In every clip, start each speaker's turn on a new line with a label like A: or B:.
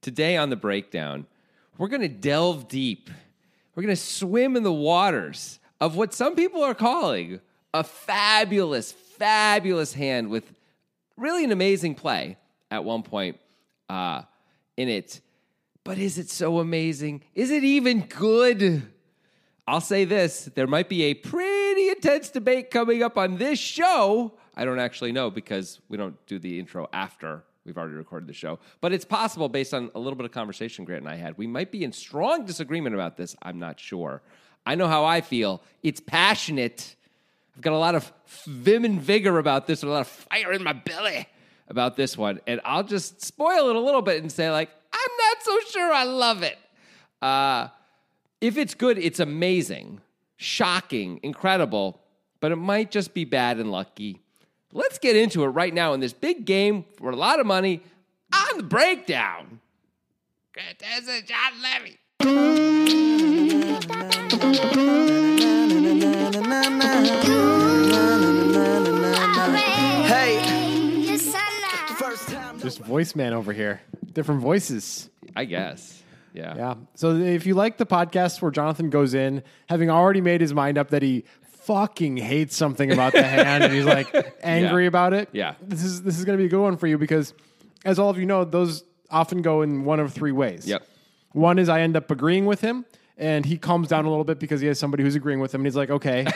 A: Today on the breakdown, we're going to delve deep. We're going to swim in the waters of what some people are calling a fabulous, fabulous hand with really an amazing play at one point uh, in it. But is it so amazing? Is it even good? I'll say this there might be a pretty intense debate coming up on this show. I don't actually know because we don't do the intro after we've already recorded the show. But it's possible based on a little bit of conversation Grant and I had. We might be in strong disagreement about this. I'm not sure. I know how I feel. It's passionate. I've got a lot of vim and vigor about this, and a lot of fire in my belly about this one. And I'll just spoil it a little bit and say, like, I'm not so sure I love it. Uh, if it's good, it's amazing, shocking, incredible, but it might just be bad and lucky. Let's get into it right now in this big game for a lot of money on the breakdown. Contessa John Levy.
B: There's voice man over here. Different voices.
A: I guess. Yeah.
B: Yeah. So if you like the podcast where Jonathan goes in, having already made his mind up that he fucking hates something about the hand and he's like angry
A: Yeah.
B: about it.
A: Yeah.
B: This is this is gonna be a good one for you because as all of you know, those often go in one of three ways.
A: Yep.
B: One is I end up agreeing with him and he calms down a little bit because he has somebody who's agreeing with him and he's like, okay,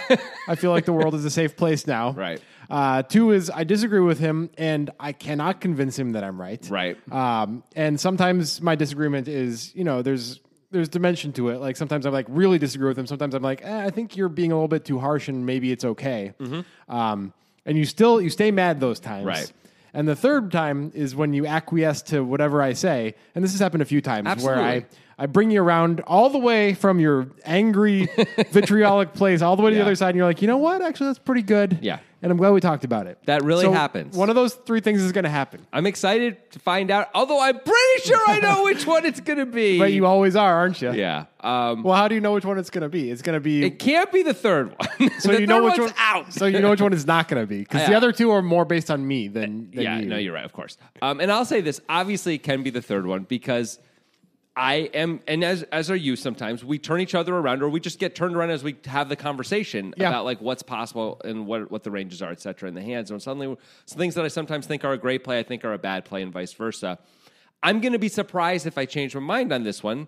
B: I feel like the world is a safe place now.
A: Right.
B: Uh, two is I disagree with him and I cannot convince him that I'm right.
A: Right.
B: Um, and sometimes my disagreement is, you know, there's there's dimension to it. Like sometimes I'm like really disagree with him. Sometimes I'm like, eh, I think you're being a little bit too harsh, and maybe it's okay. Um, and you still you stay mad those times,
A: Mm-hmm. Right.
B: And the third time is when you acquiesce to whatever I say, and this has happened a few times where I.
A: Absolutely.
B: I bring you around all the way from your angry, vitriolic place all the way to
A: Yeah.
B: the other side, and you're like, you know what? Actually, that's pretty good.
A: Yeah.
B: And I'm glad we talked about it.
A: That really
B: So
A: happens.
B: One of those three things is going to happen.
A: I'm excited to find out, although I'm pretty sure I know which one it's going to be.
B: But you always are, aren't you?
A: yeah. Um,
B: Well, how do you know which one it's going to be? It's going to be
A: it can't be the third one.
B: so
A: the
B: you
A: third
B: know which
A: one's
B: one
A: out.
B: So you know which one is not going to be because the
A: Yeah. Eh,
B: other two are more based on me than, than
A: yeah,
B: you.
A: no, you're right, of course. Um, and I'll say this: obviously, it can be the third one because I am, and as as are you. Sometimes we turn each other around, or we just get turned around as we have the conversation
B: Yeah.
A: about like what's possible and what what the ranges are, et cetera, in the hands. And suddenly, some things that I sometimes think are a great play, I think are a bad play, and vice versa. I'm going to be surprised if I change my mind on this one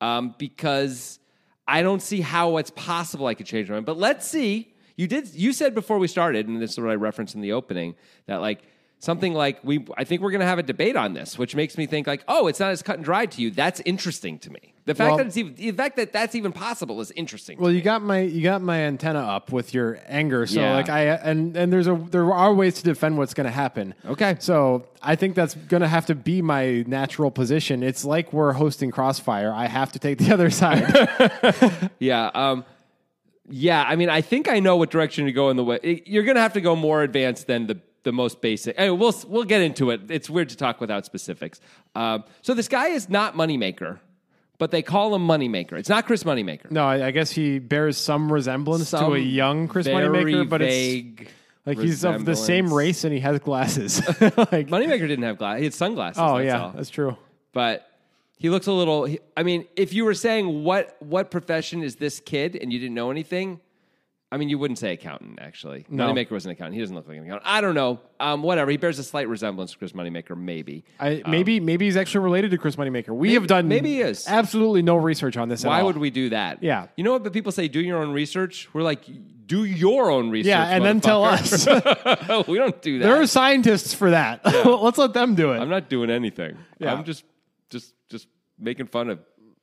A: um, because I don't see how it's possible I could change my mind. But let's see. You did. You said before we started, and this is what I referenced in the opening, that like something like we. I think we're going to have a debate on this, which makes me think like, oh, it's not as cut and dried to you. That's interesting to me. The fact
B: Well-
A: that it's even the fact that that's even possible is interesting.
B: Well, you got my you got my antenna up with your anger. So
A: Yeah.
B: like I and and there's a there are ways to defend what's going to happen.
A: Okay.
B: So I think that's going to have to be my natural position. It's like we're hosting Crossfire. I have to take the other side.
A: yeah. Um, yeah. I mean, I think I know what direction to go in the way. it- you're going to have to go more advanced than the the most basic. Anyway, we'll we'll get into it. It's weird to talk without specifics. Um, so this guy is not Moneymaker, but they call him Moneymaker. It's not Chris Moneymaker.
B: no, I, I guess he bears some resemblance to a young Chris Moneymaker, but it's like he's of the same race and he has glasses. like,
A: Moneymaker didn't have glasses. He had sunglasses.
B: oh
A: that's
B: yeah,
A: all.
B: that's true.
A: but he looks a little he- i mean if you were saying what what profession is this kid and you didn't know anything i mean you wouldn't say accountant actually
B: No.
A: moneymaker was an accountant he doesn't look like an accountant i don't know um, whatever he bears a slight resemblance to chris moneymaker maybe
B: I, maybe maybe he's actually related to Chris Moneymaker. We have done
A: Um, maybe he is.
B: absolutely no research on this. at
A: why
B: all.
A: would we do that
B: Yeah.
A: you know what but people say do your own research we're like do your own research
B: Yeah, and then tell us. there
A: us we don't do that
B: are scientists for that. Let's let them do it.
A: i'm not doing anything
B: Yeah.
A: i'm just just just making fun of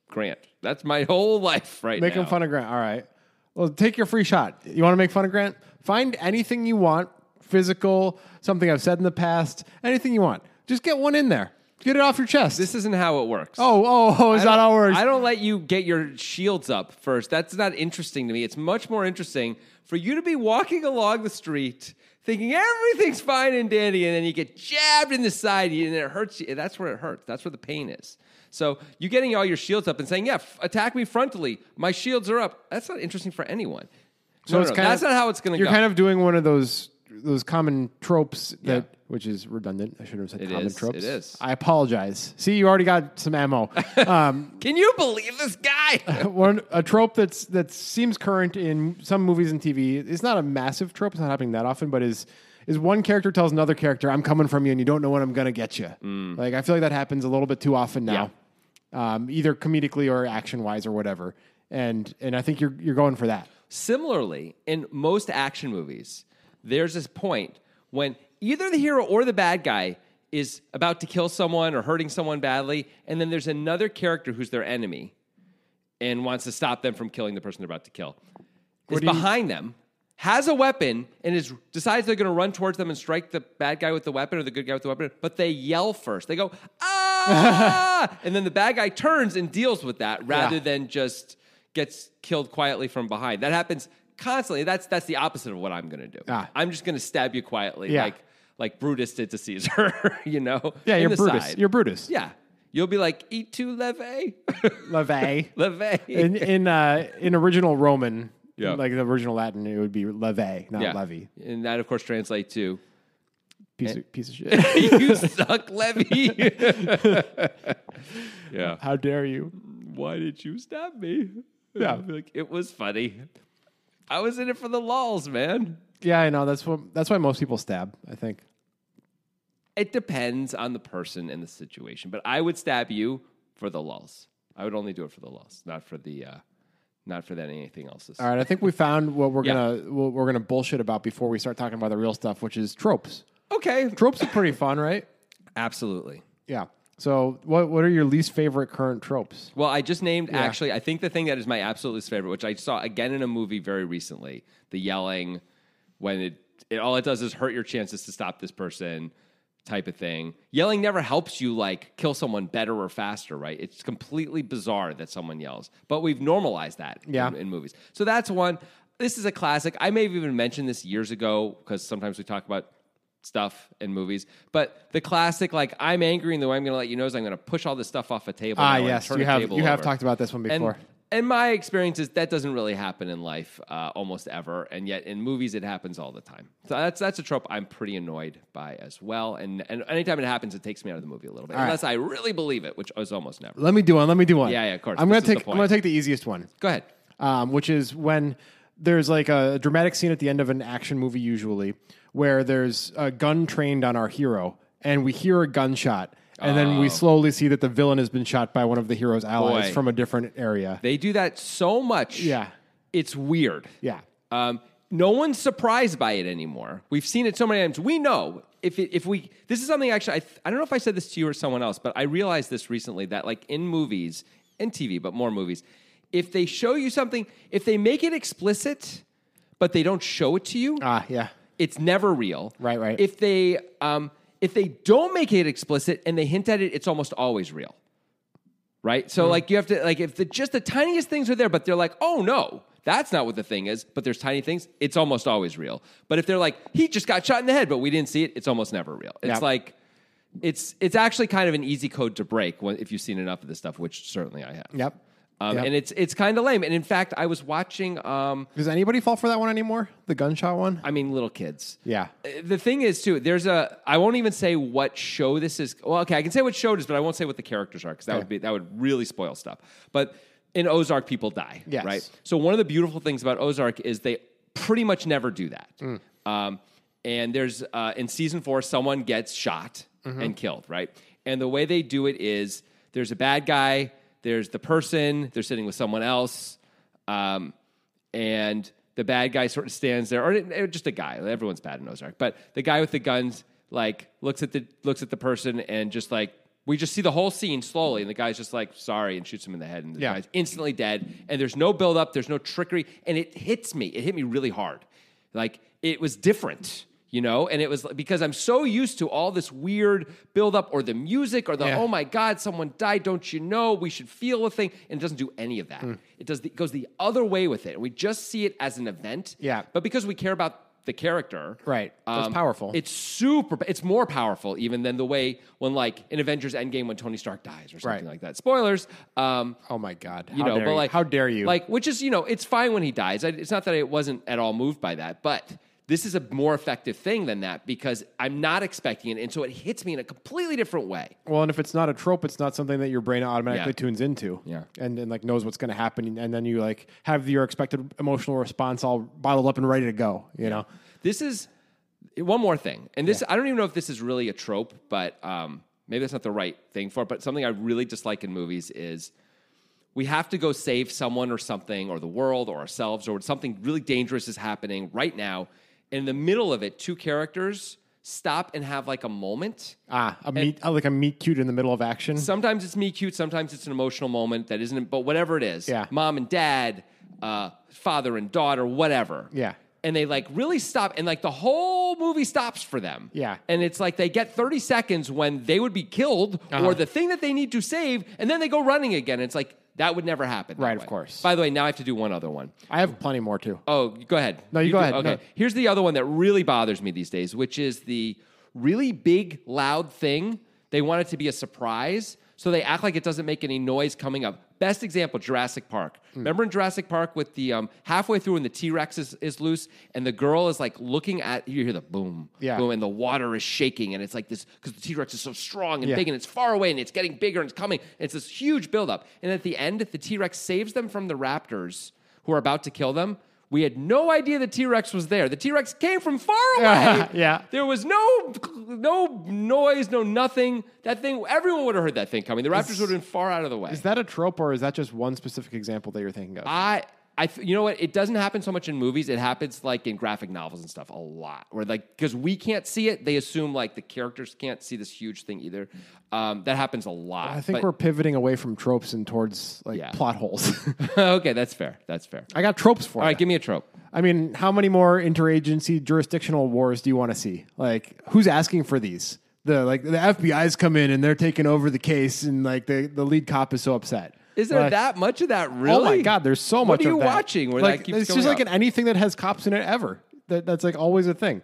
A: grant that's my whole life right
B: making
A: now.
B: fun of Grant. All right. Well, take your free shot. You want to make fun of Grant? Find anything you want, physical, something I've said in the past, anything you want. Just get one in there. Get it off your chest.
A: this isn't how it works
B: oh, oh, oh, is
A: I
B: that
A: don't-
B: how it works?
A: I don't let you get your shields up first. That's not interesting to me. It's much more interesting for you to be walking along the street thinking everything's fine and dandy, and then you get jabbed in the side, and it hurts you. That's where it hurts. That's where the pain is. So you getting all your shields up and saying, "Yeah, f- attack me frontally. My shields are up." That's not interesting for anyone. So no, no,
B: kind
A: that's
B: of-
A: not how it's going to go.
B: You're kind of doing one of those those common tropes that which is redundant. I should have said
A: It
B: common
A: is,
B: tropes.
A: it is.
B: I apologize. See, you already got some ammo.
A: Can you believe this guy?
B: One a trope that's that seems current in some movies and TV. It's not a massive trope. It's not happening that often, but is is one character tells another character, "I'm coming from you," and you don't know when I'm gonna get you.
A: Mm.
B: Like I feel like that happens a little bit too often now, um, either comedically or action wise or whatever. And and I think you're you're going for that.
A: Similarly, in most action movies, there's this point when either the hero or the bad guy is about to kill someone or hurting someone badly, and then there's another character who's their enemy and wants to stop them from killing the person they're about to kill. Is
B: do you-
A: behind them, has a weapon, and is decides they're going to run towards them and strike the bad guy with the weapon or the good guy with the weapon, but they yell first. They go, ah! and then the bad guy turns and deals with that rather
B: Yeah.
A: than just gets killed quietly from behind. That happens constantly. That's that's the opposite of what I'm going to do.
B: Ah.
A: I'm just going to stab you quietly
B: Yeah.
A: like like Brutus did to Caesar, you know?
B: Yeah,
A: in
B: you're
A: the
B: Brutus.
A: side.
B: You're Brutus.
A: yeah. You'll be like, eat two leve.
B: Levee.
A: leve.
B: in in uh, in original Roman,
A: Yeah.
B: like the original Latin, it would be levee, not levy.
A: And that, of course, translates to Eh.
B: Piece of, piece of shit.
A: you suck, Levy. yeah.
B: How dare you?
A: Why did you stab me?
B: Yeah.
A: I'd be Like, it was funny. I was in it for the lols, man.
B: Yeah, I know. That's what. That's why most people stab. I think.
A: It depends on the person and the situation, but I would stab you for the lols. I would only do it for the lols, not for the, uh, not for that anything else.
B: All right, I think we found what we're
A: Yeah.
B: gonna what we're gonna bullshit about before we start talking about the real stuff, which is tropes.
A: Okay.
B: Tropes are pretty fun, right?
A: Absolutely.
B: Yeah. So, what what are your least favorite current tropes?
A: Well, I just named actually. I think the thing that is my absolute least favorite, which I saw again in a movie very recently, the yelling when it, it all it does is hurt your chances to stop this person type of thing. Yelling never helps you like kill someone better or faster, right? It's completely bizarre that someone yells, but we've normalized that
B: Yeah.
A: in, in movies. So that's one. This is a classic. I may have even mentioned this years ago because sometimes we talk about stuff in movies, but the classic like I'm angry and the way I'm going to let you know is I'm going to push all this stuff off a table.
B: Ah,
A: now and
B: yes,
A: turn
B: you
A: a
B: have
A: table
B: you have
A: over.
B: talked about this one
A: And
B: before.
A: in my experience is that doesn't really happen in life uh, almost ever, and yet in movies it happens all the time. So that's that's a trope I'm pretty annoyed by as well. And and anytime it happens, it takes me out of the movie a little bit,
B: right.
A: unless I really believe it, which is almost never.
B: let me do one. Let me do one.
A: Yeah, yeah, of course.
B: I'm gonna
A: This is the
B: take I'm
A: point.
B: gonna take the easiest one.
A: Go ahead.
B: um, which is when there's like a dramatic scene at the end of an action movie, usually where there's a gun trained on our hero, and we hear a gunshot, and then we slowly see that the villain has been shot by one of the hero's allies
A: Oh. Boy.
B: from a different area.
A: They do that so much.
B: Yeah.
A: it's weird.
B: yeah,
A: Um, no one's surprised by it anymore. We've seen it so many times. We know if it, if we this is something actually I, th- I don't know if I said this to you or someone else, but I realized this recently that like in movies and TV, but more movies, if they show you something, if they make it explicit, but they don't show it to you,
B: ah, yeah,
A: it's never real.
B: Right, right.
A: If they um, if they don't make it explicit and they hint at it, it's almost always real. Right?
B: Mm-hmm.
A: So like you have to like if the just the tiniest things are there, but they're like, oh no, that's not what the thing is, but there's tiny things, it's almost always real. But if they're like, he just got shot in the head, but we didn't see it, it's almost never real. It's
B: Yeah.
A: like it's it's actually kind of an easy code to break when, if you've seen enough of this stuff, which certainly I have.
B: yep.
A: Um,
B: Yep.
A: And it's it's kind of lame. And in fact, I was watching. Um,
B: Does anybody fall for that one anymore? The gunshot one?
A: I mean, little kids. Uh,
B: yeah.
A: The thing is, too, there's a. I won't even say what show this is. Well, okay, I can say what show it is, but I won't say what the characters are because that would be that would really spoil stuff. But in Ozark, people die.
B: Yes.
A: Right. So one of the beautiful things about Ozark is they pretty much never do that. Um, and there's uh, in season four, someone gets shot and killed. Right. And the way they do it is there's a bad guy, there's the person, they're sitting with someone else. Um, and the bad guy sort of stands there, or it- it- just a guy. Everyone's bad in Ozark, but the guy with the guns like looks at the looks at the person and just like we just see the whole scene slowly, and the guy's just like sorry and shoots him in the head, and the
B: Yeah.
A: guy's instantly dead. And there's no build up, there's no trickery, and it hits me. It hit me really hard. Like it was different. You know, and it was because I'm so used to all this weird build up, or the music or the
B: Yeah.
A: oh my god, someone died, don't you know? We should feel a thing. And it doesn't do any of
B: Hmm.
A: that. It does the, it goes the other way with it. And we just see it as an event.
B: Yeah.
A: But because we care about the character. um,
B: Right. That's powerful.
A: It's super it's more powerful even than the way when like in Avengers Endgame when Tony Stark dies or something
B: Right.
A: like that. Spoilers. Um
B: Oh my god! How
A: you know,
B: dare
A: but like
B: how dare you?
A: Like which is, you know, it's fine when he dies. I, it's not that I wasn't at all moved by that, but this is a more effective thing than that because I'm not expecting it. And so it hits me in a completely different way.
B: Well, and if it's not a trope, it's not something that your brain automatically
A: Yeah.
B: tunes into.
A: Yeah.
B: And and like knows what's going to happen, and then you like have your expected emotional response all bottled up and ready to go. You know.
A: This is one more thing, and this I don't even know if this is really a trope, but um, maybe that's not the right thing for it. But something I really dislike in movies is we have to go save someone or something or the world or ourselves or something really dangerous is happening right now. And in the middle of it, two characters stop and have like a moment.
B: Ah, a meet uh, like a meet cute in the middle of action.
A: Sometimes it's me cute, sometimes it's an emotional moment that isn't, but whatever it is,
B: Yeah.
A: mom and dad, uh, father and daughter, whatever.
B: Yeah.
A: And they like really stop, and like the whole movie stops for them.
B: Yeah.
A: And it's like they get 30 seconds when they would be killed
B: Uh-huh.
A: or the thing that they need to save, and then they go running again. It's like that would never happen. that
B: Right, of
A: way.
B: course.
A: By the way, now I have to do one other one.
B: I have plenty more too.
A: Oh, go ahead.
B: No, you go
A: do-
B: ahead.
A: Okay.
B: No.
A: Here's the other one that really bothers me these days, which is the really big, loud thing. They want it to be a surprise, so they act like it doesn't make any noise coming up. Best example Jurassic Park.
B: Hmm.
A: Remember in Jurassic Park with the um, halfway through when the T Rex is, is loose and the girl is like looking at, you hear the boom,
B: Yeah.
A: boom, and the water is shaking. And it's like this because the T Rex is so strong and
B: Yeah.
A: big and it's far away and it's getting bigger and it's coming. And it's this huge buildup. And at the end, the T Rex saves them from the raptors who are about to kill them. We had no idea the T Rex was there. The T Rex came from far away.
B: Yeah.
A: There was no no noise, no nothing. That thing, everyone would have heard that thing coming. The raptors would have been far out of the way.
B: Is that a trope or is that just one specific example that you're thinking of?
A: I, I, th- you know what? It doesn't happen so much in movies. It happens like in graphic novels and stuff a lot, where like because we can't see it, they assume like the characters can't see this huge thing either. Um, that happens a lot.
B: I think
A: but-
B: we're pivoting away from tropes and towards like
A: Yeah.
B: plot holes.
A: okay. That's fair. That's fair.
B: I got tropes for
A: All
B: you.
A: right, give me a trope.
B: I mean, how many more interagency jurisdictional wars do you want to see? Like, who's asking for these? The like the FBI's come in and they're taking over the case, and like the, the lead cop is so upset.
A: Is there
B: Like,
A: that much of that really?
B: Oh my god, there's so much.
A: What are you
B: of that.
A: watching? Where
B: like,
A: that keeps
B: it's
A: going
B: just like
A: up?
B: in anything that has cops in it ever. That that's like always a thing.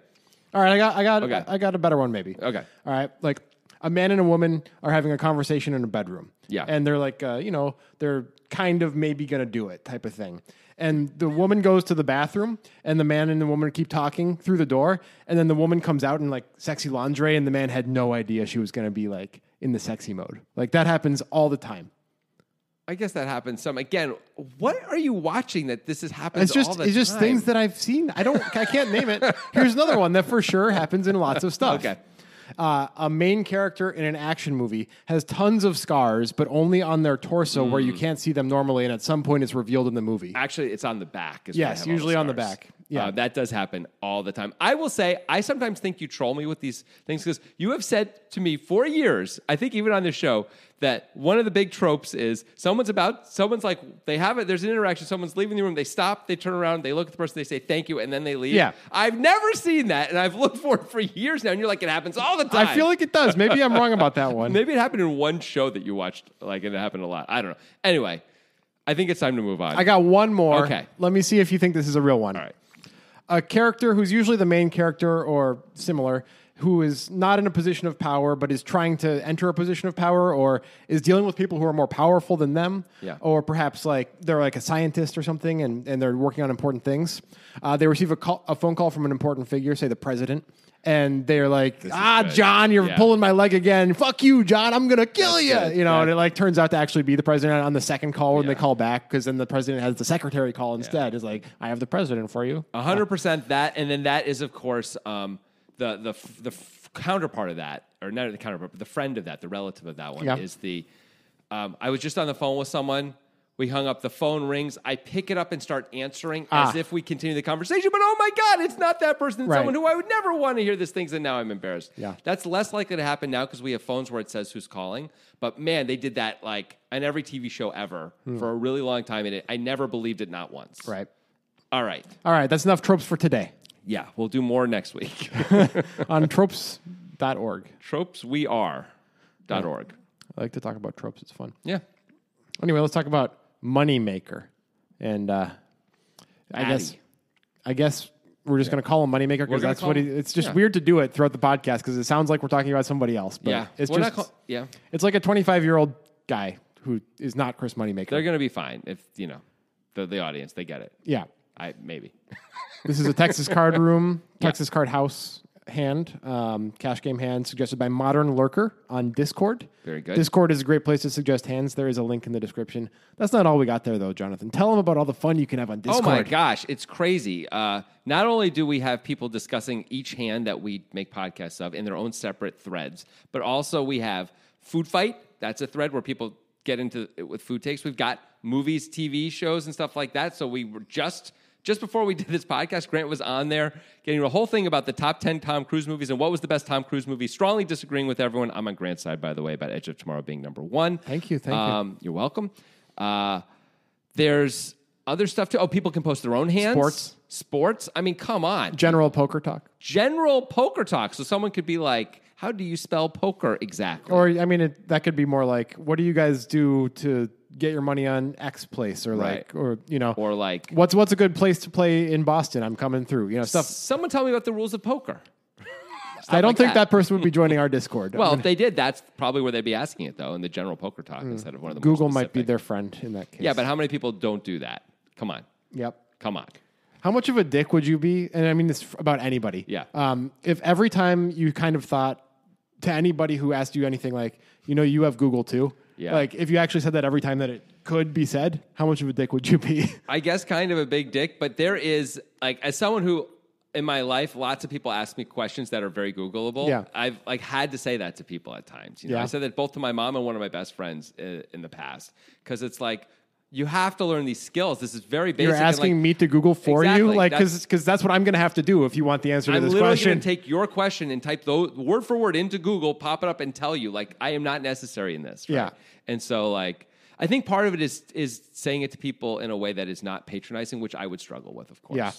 B: All right, I got I got
A: Okay.
B: I got a better one maybe.
A: Okay.
B: All right, like a man and a woman are having a conversation in a bedroom.
A: Yeah.
B: And they're like, uh, you know, they're kind of maybe gonna do it type of thing. And the woman goes to the bathroom, and the man and the woman keep talking through the door, and then the woman comes out in like sexy lingerie, and the man had no idea she was gonna be like in the sexy mode. Like that happens all the time.
A: I guess that happens some. Again, what are you watching that this is happening?
B: It's just
A: all the
B: it's just
A: time?
B: things that I've seen. I don't I can't name it. Here's another one that for sure happens in lots of stuff.
A: Okay.
B: Uh, a main character in an action movie has tons of scars, but only on their torso where
A: Hmm.
B: you can't see them normally, and at some point it's revealed in the movie.
A: Actually, it's on the back. Is where I
B: Yes,
A: have all
B: usually on the
A: scars.
B: back. Yeah.
A: Uh, that does happen all the time. I will say, I sometimes think you troll me with these things because you have said to me for years, I think even on this show, that one of the big tropes is someone's about, someone's like, they have it, there's an interaction, someone's leaving the room, they stop, they turn around, they look at the person, they say thank you, and then they leave.
B: Yeah.
A: I've never seen that, and I've looked for it for years now, and you're like, it happens all the time.
B: I feel like it does. Maybe I'm wrong about that one.
A: Maybe it happened in one show that you watched, like, and it happened a lot. I don't know. Anyway, I think it's time to move on.
B: I got one more.
A: Okay.
B: Let me see if you think this is a real one. All
A: right.
B: A character who's usually the main character or similar, who is not in a position of power but is trying to enter a position of power or is dealing with people who are more powerful than them.
A: Yeah.
B: Or perhaps like they're like a scientist or something and, and they're working on important things. Uh, they receive a, call, a phone call from an important figure, say the president. And they're like, ah,
A: good.
B: John, you're
A: Yeah.
B: pulling my leg again. Fuck you, John. I'm going to kill
A: That's
B: you.
A: good.
B: You know,
A: Yeah.
B: and it like turns out to actually be the president on the second call when they
A: Yeah.
B: call back because then the president has the secretary call instead. Is like, I have the president for you.
A: A hundred percent that, and then that is of course um, the the f- the f- counterpart of that, or not the counterpart, but the friend of that, the relative of that one
B: Yeah.
A: is the. Um, I was just on the phone with someone. We hung up. The phone rings. I pick it up and start answering
B: Ah.
A: as if we continue the conversation. But oh my god, it's not that person. It's
B: Right.
A: someone who I would never want to hear this things, and now I'm embarrassed.
B: Yeah.
A: that's less likely to happen now because we have phones where it says who's calling. But man, they did that like on every TV show ever for a really long time, and it, I never believed it not once.
B: Hmm. Right.
A: All right.
B: All right. That's enough tropes for today
A: Yeah, we'll do more next week.
B: on tropes.org.
A: tropesweare.org.
B: I like to talk about tropes. It's fun.
A: Yeah.
B: Anyway, let's talk about Moneymaker. And uh, I
A: Addy.
B: guess I guess we're just going to call him Moneymaker
A: We're
B: because
A: gonna
B: that's what
A: call
B: he,
A: him-
B: it's just
A: yeah.
B: weird to do it throughout the podcast because it sounds like we're talking about somebody else. But
A: Yeah.
B: it's
A: We're not
B: just
A: call- yeah.
B: it's like a 25 year old guy who is not Chris Moneymaker.
A: They're going to be fine if, you know, the, the audience, they get it.
B: yeah.
A: I maybe.
B: This is a Texas card room, Texas card house hand, um, cash game hand suggested by Modern Lurker on Discord.
A: Very good.
B: Discord is a great place to suggest hands. There is a link in the description. That's not all we got there, though, Jonathan. Tell them about all the fun you can have on
A: Oh
B: Discord.
A: my gosh, it's crazy. Uh, not only do we have people discussing each hand that we make podcasts of in their own separate threads, but also we have Food Fight. That's a thread where people get into it with food takes. We've got movies, TV shows, and stuff like that. So we were just just before we did this podcast, Grant was on there getting a whole thing about the top 10 Tom Cruise movies and what was the best Tom Cruise movie. Strongly disagreeing with everyone. I'm on Grant's side, by the way, about Edge of Tomorrow being number one.
B: Thank you, thank you.
A: um, you. are welcome. Uh, there's other stuff too. Oh, people can post their own hands.
B: Sports.
A: Sports. I mean, come on.
B: General poker talk.
A: General poker talk. So someone could be like, how do you spell poker exactly?
B: Or, I mean, it, that could be more like, what do you guys do to get your money on X place? Or, like,
A: Right.
B: or, you know,
A: Or like-
B: what's, what's a good place to play in Boston? I'm coming through, you know, stuff.
A: someone tell me about the rules of poker.
B: I don't
A: like
B: think that.
A: that.
B: person would be joining our Discord.
A: Well, if they did, that's probably where they'd be asking it though, in the general poker talk instead of one of the more
B: Hmm. Google might be
A: specific.
B: their friend in that case.
A: Yeah, but how many people don't do that? Come on,
B: Yep.
A: come on.
B: How much of a dick would you be? And I mean this f- about anybody.
A: Yeah.
B: Um, if every time you kind of thought to anybody who asked you anything like, you know, you have Google too.
A: Yeah.
B: Like if you actually said that every time that it could be said, how much of a dick would you be?
A: I guess kind of a big dick, but there is like as someone who in my life lots of people ask me questions that are very googleable.
B: Yeah.
A: I've like had to say that to people at times, you know.
B: Yeah.
A: I said that both to my mom and one of my best friends uh, in the past cuz it's like you have to learn these skills. This is very basic.
B: You're
A: and, like,
B: asking me to Google for you,
A: Exactly.
B: like
A: That's-
B: because that's what I'm going to have to do if you want the answer to
A: I'm
B: this
A: literally
B: question.
A: going to take your question and type those word for word into Google, pop it up, and tell you like I am not necessary in this. Right?
B: Yeah.
A: And so like I think part of it is is saying it to people in a way that is not patronizing, which I would struggle with, of course.
B: Yeah.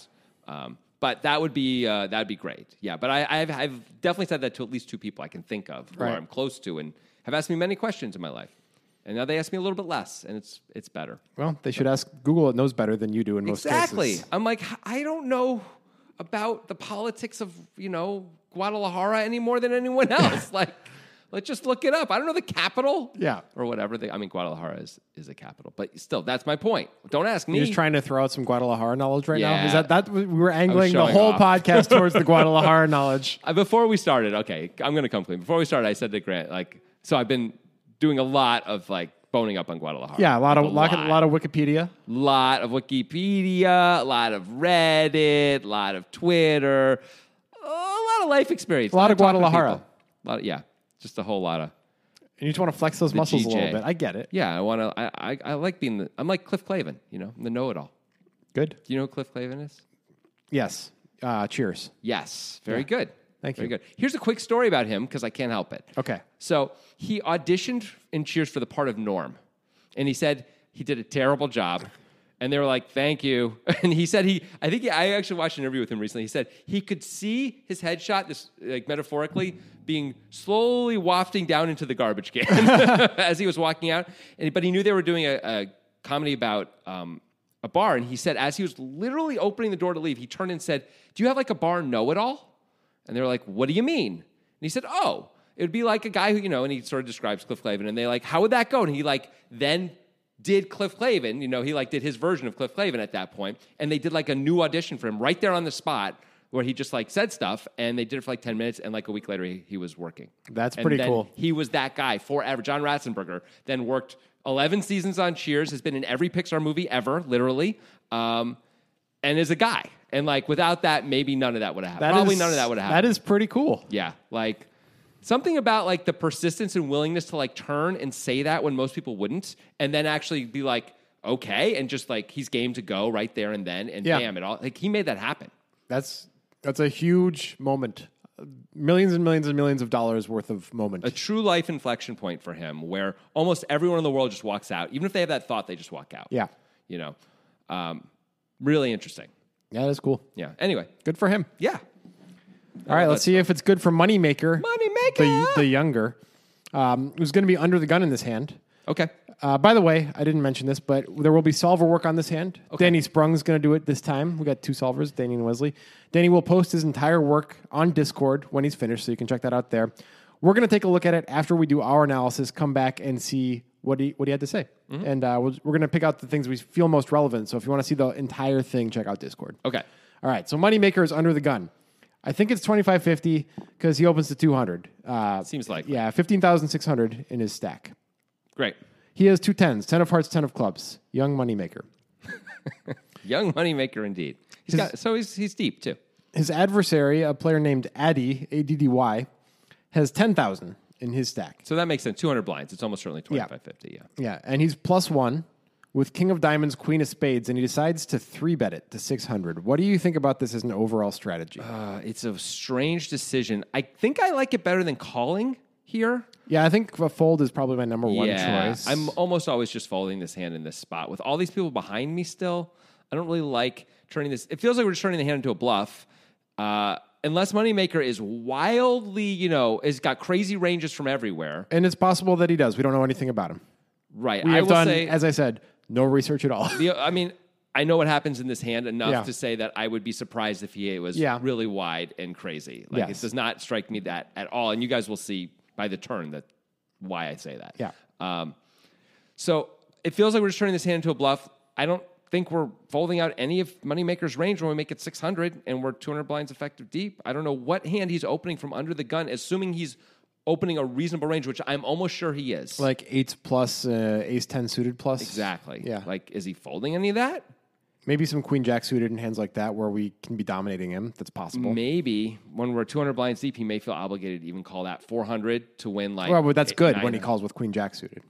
A: Um, but that would be uh, that'd be great. Yeah. But I, I've I've definitely said that to at least two people I can think of who
B: Right.
A: I'm close to and have asked me many questions in my life. And now they ask me a little bit less, and it's it's better.
B: well, they should ask Google. It knows better than you do in most
A: Exactly.
B: cases.
A: I'm like, I don't know about the politics of, you know, Guadalajara any more than anyone else. like, let's just look it up. I don't know the capital.
B: Yeah.
A: Or whatever. They, I mean, Guadalajara is, is a capital, but still, that's my point. Don't ask me.
B: You're just trying to throw out some Guadalajara knowledge right now. Is
A: Yeah.
B: that that we were angling the
A: showing
B: whole
A: off.
B: podcast towards the Guadalajara knowledge?
A: Uh, Before we started, okay, I'm going to come clean. Before we started, I said to Grant, like, so I've been doing a lot of like boning up on Guadalajara.
B: Yeah, a lot of
A: Like,
B: lot, a lot of Wikipedia.
A: lot of Wikipedia, a lot of Reddit, a lot of Twitter, a lot of life experience, a
B: lot of
A: talking to
B: Guadalajara.
A: people. a lot of, yeah, just a whole lot of
B: and you just want to flex those muscles a
A: GJ.
B: little bit. I get it.
A: yeah. I want to. I, I I like being. The, I'm like Cliff Clavin, you know, the know-it-all.
B: Good.
A: Do you know who Cliff Clavin is?
B: Yes. Uh, cheers.
A: Yes, very good.
B: Thank
A: very
B: you.
A: Good. Here's a quick story about him because I can't help it.
B: Okay.
A: So he auditioned in Cheers for the part of Norm, and he said he did a terrible job. And they were like, "Thank you." And he said he, I think he, I actually watched an interview with him recently. He said he could see his headshot, this like metaphorically, being slowly wafting down into the garbage can as he was walking out. And but he knew they were doing a, a comedy about um, a bar, and he said as he was literally opening the door to leave, he turned and said, "Do you have like a bar know-it-all?" And they were like, What do you mean? And he said, Oh, it would be like a guy who, you know, and he sort of describes Cliff Clavin. And they like, How would that go? And he like then did Cliff Clavin, you know, he like did his version of Cliff Clavin at that point, And they did like a new audition for him right there on the spot where he just like said stuff and they did it for like 10 minutes. And like a week later, he, he was working.
B: That's
A: And
B: pretty
A: then
B: cool.
A: He was that guy forever. John Ratzenberger then worked 11 seasons on Cheers, has been in every Pixar movie ever, literally, um, and is a guy. And like without that, maybe none of that would have happened.
B: That
A: Probably
B: is-
A: none of that would have happened.
B: That is pretty cool.
A: Yeah, like something about like the persistence and willingness to like turn and say that when most people wouldn't, and then actually be like, okay, and just like he's game to go right there and then, and
B: Yeah.
A: bam, it all like he made that happen.
B: That's that's a huge moment. Millions and millions and millions of dollars worth of moment.
A: A true life inflection point for him, where almost everyone in the world just walks out, even if they have that thought, they just walk out.
B: Yeah.
A: you know, um, really interesting.
B: yeah, that is cool.
A: Yeah. Anyway,
B: Good for him.
A: yeah.
B: All right,
A: love
B: let's
A: that
B: see if it's good for Moneymaker.
A: Moneymaker!
B: The, the younger. Um, who's going to be under the gun in this hand.
A: Okay.
B: Uh, by the way, I didn't mention this, but there will be solver work on this hand. Danny Sprung's going to do it this time. We got two solvers, Danny and Wesley. Danny will post his entire work on Discord when he's finished, so you can check that out there. We're going to take a look at it after we do our analysis, come back and see what he what he had to say.
A: Mm-hmm.
B: And uh, we'll, we're going to pick out the things we feel most relevant. So if you want to see the entire thing, check out Discord.
A: Okay.
B: All right. So Moneymaker is under the gun. I think it's twenty five fifty because he opens to two hundred. Uh,
A: Seems like
B: yeah, fifteen thousand six hundred in his stack.
A: great.
B: He has two tens, ten of hearts, ten of clubs. Young Moneymaker.
A: Young moneymaker indeed. He's got so he's he's deep too.
B: His adversary, a player named Addy, A D D Y, has ten thousand in his stack.
A: So that makes sense. Two hundred blinds. It's almost certainly twenty five fifty. Yeah.
B: Yeah, and he's plus one with King of Diamonds, Queen of Spades, and he decides to three bet it to 600. What do you think about this as an overall strategy?
A: Uh, it's a strange decision. I think I like it better than calling here.
B: yeah, I think a fold is probably my number one
A: yeah,
B: choice.
A: I'm almost always just folding this hand in this spot with all these people behind me. Still, I don't really like turning this. It feels like we're just turning the hand into a bluff. Uh, unless moneymaker is wildly, you know, has got crazy ranges from everywhere.
B: and it's possible that he does. We don't know anything about him.
A: Right.
B: We
A: I
B: have
A: will
B: done,
A: say,
B: as I said, no research at all.
A: the, I mean, I know what happens in this hand enough
B: Yeah.
A: to say that I would be surprised if he was
B: Yeah.
A: really wide and crazy. Like
B: Yes.
A: it does not strike me that at all. And you guys will see by the turn that why I say that.
B: Yeah.
A: Um, so it feels like we're just turning this hand into a bluff. I don't think we're folding out any of Moneymaker's range when we make it 600 and we're 200 blinds effective deep. I don't know what hand he's opening from under the gun, assuming he's opening a reasonable range, which I'm almost sure he is.
B: like eights plus, uh, ace 10 suited plus.
A: exactly.
B: Yeah.
A: Like, is he folding any of that?
B: Maybe some queen jack suited and hands like that where we can be dominating him. That's possible.
A: Maybe when we're 200 blinds deep, he may feel obligated to even call that 400 to win. Like,
B: Well, but that's
A: eight,
B: good
A: nine.
B: when he calls with queen jack suited.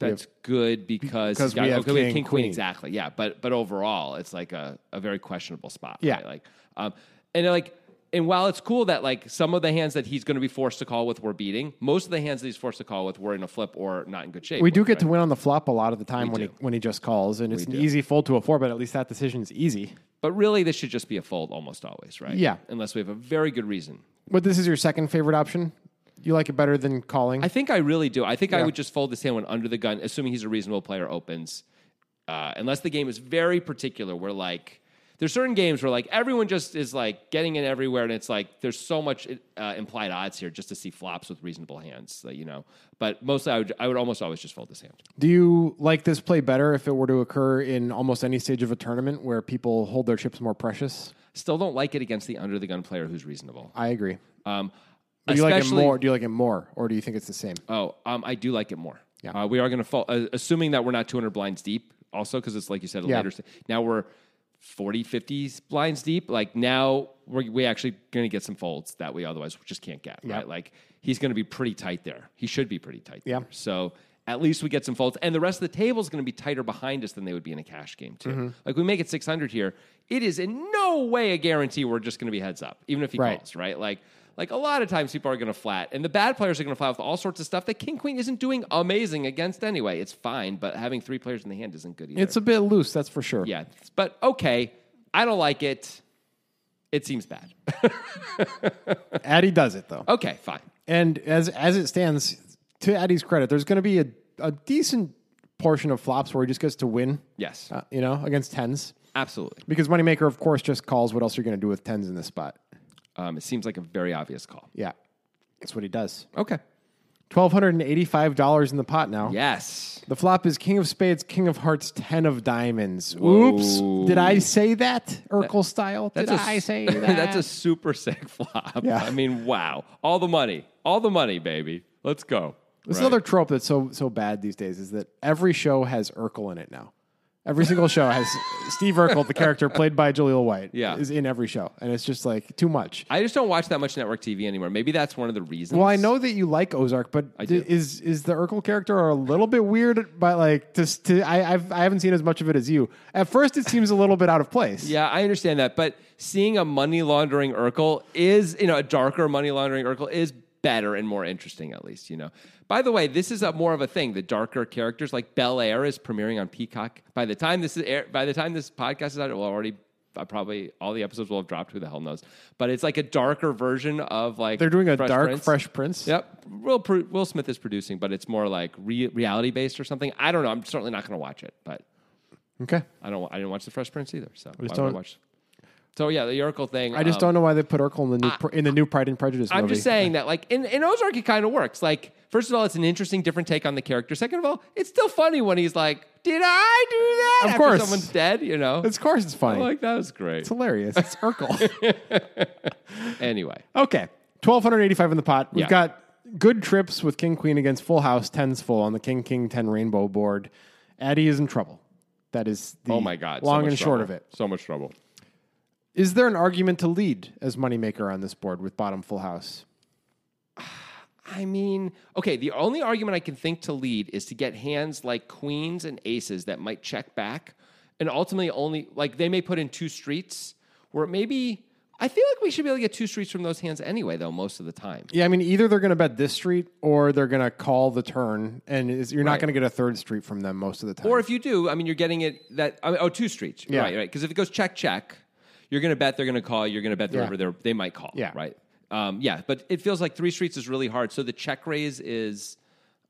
A: That's good because
B: Because
A: he's got-
B: we have
A: okay, we have
B: king,
A: king, queen.
B: queen.
A: exactly. Yeah, but but overall, it's like a, a very questionable spot.
B: Yeah.
A: right? like um, and like and while it's cool that like some of the hands that he's going to be forced to call with were beating, most of the hands that he's forced to call with were in a flip or not in good shape.
B: We
A: with,
B: do get to
A: right?
B: win on the flop a lot of the time when he,
A: do.
B: when he just calls, and it's an
A: do.
B: easy fold to a four, but at least that decision is easy.
A: but really this should just be a fold almost always, right?
B: Yeah.
A: unless we have a very good reason.
B: But this is your second favorite option. You like it better than calling.
A: I think I really do. I think I would just fold this hand when under the gun, assuming he's a reasonable player opens. Uh, unless the game is very particular, where like there's certain games where like everyone just is like getting in everywhere, and it's like there's so much uh, implied odds here just to see flops with reasonable hands, like, you know. But mostly, I would I would almost always just fold this hand.
B: Do you like this play better if it were to occur in almost any stage of a tournament where people hold their chips more precious?
A: Still don't like it against the under the gun player who's reasonable.
B: I agree.
A: Um,
B: Do you like it
A: especially-
B: more? Do you like it more, or do you think it's the same?
A: Oh, um, I do like it more.
B: Yeah.
A: Uh, we are going to fall, uh, assuming that we're not 200 blinds deep, also, because it's like you said, a
B: Yeah.
A: later. st- Now we're 40, 50 blinds deep. Like now we're we actually going to get some folds that we otherwise just can't get, right? Like he's going to be pretty tight there. He should be pretty tight
B: Yeah.
A: there. So at least we get some folds. And the rest of the table is going to be tighter behind us than they would be in a cash game, too.
B: Mm-hmm.
A: Like we make it 600 here. It is in no way a guarantee we're just going to be heads up, even if he
B: Right.
A: calls, right? Like, like a lot of times people are going to flat, and the bad players are going to flat with all sorts of stuff that King Queen isn't doing amazing against anyway. It's fine, but having three players in the hand isn't good either.
B: It's a bit loose, that's for sure.
A: yeah, but okay, I don't like it. It seems bad.
B: Addy does it though,
A: Okay, fine.
B: and as as it stands, to Addy's credit, there's going to be a, a decent portion of flops where he just gets to win.
A: Yes,
B: uh, you know, against tens
A: absolutely.
B: because moneymaker, of course, just calls. What else are you going to do with tens in this spot?
A: Um, it seems like a very obvious call.
B: Yeah, that's what he does.
A: Okay.
B: Twelve hundred and eighty-five dollars in the pot now.
A: Yes.
B: The flop is King of Spades, King of Hearts, Ten of Diamonds. Oops, did I say that Urkel style? Did
A: That's a-
B: I say that?
A: that's a super sick flop.
B: Yeah.
A: I mean, wow. All the money. All the money, baby. Let's go.
B: This is
A: Right.
B: another trope that's so so bad these days is that every show has Urkel in it now. Every single show has Steve Urkel, the character played by Jaleel White,
A: Yeah.
B: is in every show, and it's just like too much.
A: I just don't watch that much network TV anymore. Maybe that's one of the reasons.
B: Well, I know that you like Ozark, but d-
A: do.
B: is is the Urkel character a little bit weird? But like, to, to I I've, I haven't seen as much of it as you. At first, it seems a little bit out of place.
A: Yeah, I understand that, but seeing a money laundering Urkel is, you know, a darker money laundering Urkel is better and more interesting, at least, you know. By the way, this is a more of a thing. The darker characters, like Bel Air, is premiering on Peacock. By the time this is air, by the time this podcast is out, it will already. uh, probably all the episodes will have dropped. Who the hell knows? But it's like a darker version of like
B: they're doing a
A: Fresh
B: dark
A: Prince.
B: Fresh Prince.
A: Yep. Will, Pr- Will Smith is producing, but it's more like re- reality based or something. I don't know. I'm certainly not going to watch it, but
B: Okay.
A: I don't. I didn't watch the Fresh Prince either. So why would I
B: don't-
A: watch? So yeah, the Urkel thing.
B: I just
A: um,
B: don't know why they put Urkel in the new, pr in the new Pride and Prejudice
A: I'm
B: movie.
A: just saying that, like, in, in Ozark, it kind of works. Like, first of all, it's an interesting, different take on the character. Second of all, it's still funny when he's like, "Did I do that?"
B: Of
A: After
B: course.
A: someone's dead. You know,
B: Of course, it's funny.
A: like that was great.
B: it's hilarious. It's Urkel.
A: Anyway,
B: Okay. 1285 in the pot. We've
A: Yeah.
B: got good trips with King Queen against Full House, tens full on the King King 10 rainbow board. Addie is in trouble. That is the
A: oh my god, so
B: long
A: much
B: and short
A: trouble.
B: of it.
A: So much trouble.
B: Is there an argument to lead as moneymaker on this board with bottom Full House?
A: I mean, okay, the only argument I can think to lead is to get hands like queens and aces that might check back. And ultimately, only like they may put in two streets where maybe I feel like we should be able to get two streets from those hands anyway, though, most of the time.
B: Yeah, I mean, either they're going to bet this street or they're going to call the turn, and is, you're
A: Right.
B: not going to get a third street from them most of the time.
A: Or if you do, I mean, you're getting it that I mean, oh two streets,
B: Yeah.
A: right, right. Because if it goes check check, you're going to bet they're going to call. You're going to bet they're
B: Yeah.
A: over there. They might call.
B: Yeah.
A: right. Um, yeah, but it feels like three streets is really hard. So the check raise is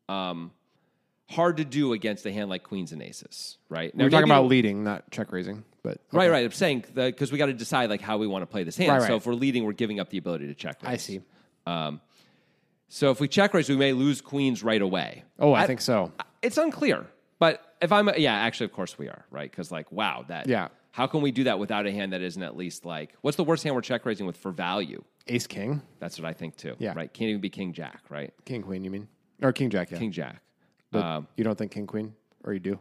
A: um, hard to do against a hand like queens and aces, right? Now,
B: we're talking
A: maybe-
B: about leading, not check raising, but
A: Right, right. I'm saying because we got to decide like how we want to play this hand.
B: Right, right.
A: So if we're leading, we're giving up the ability to check raise.
B: I see.
A: So if we check raise, we may lose queens right away.
B: Oh, I think so.
A: It's unclear, but if I'm yeah, actually, of course we are right because like wow that
B: Yeah.
A: How can we do that without a hand that isn't at least like what's the worst hand we're check raising with for value?
B: Ace King,
A: That's what I think too.
B: Yeah.
A: right. Can't even be king jack, right?
B: King Queen, you mean, or King Jack? Yeah,
A: King jack. Um,
B: But you don't think King Queen, or you do?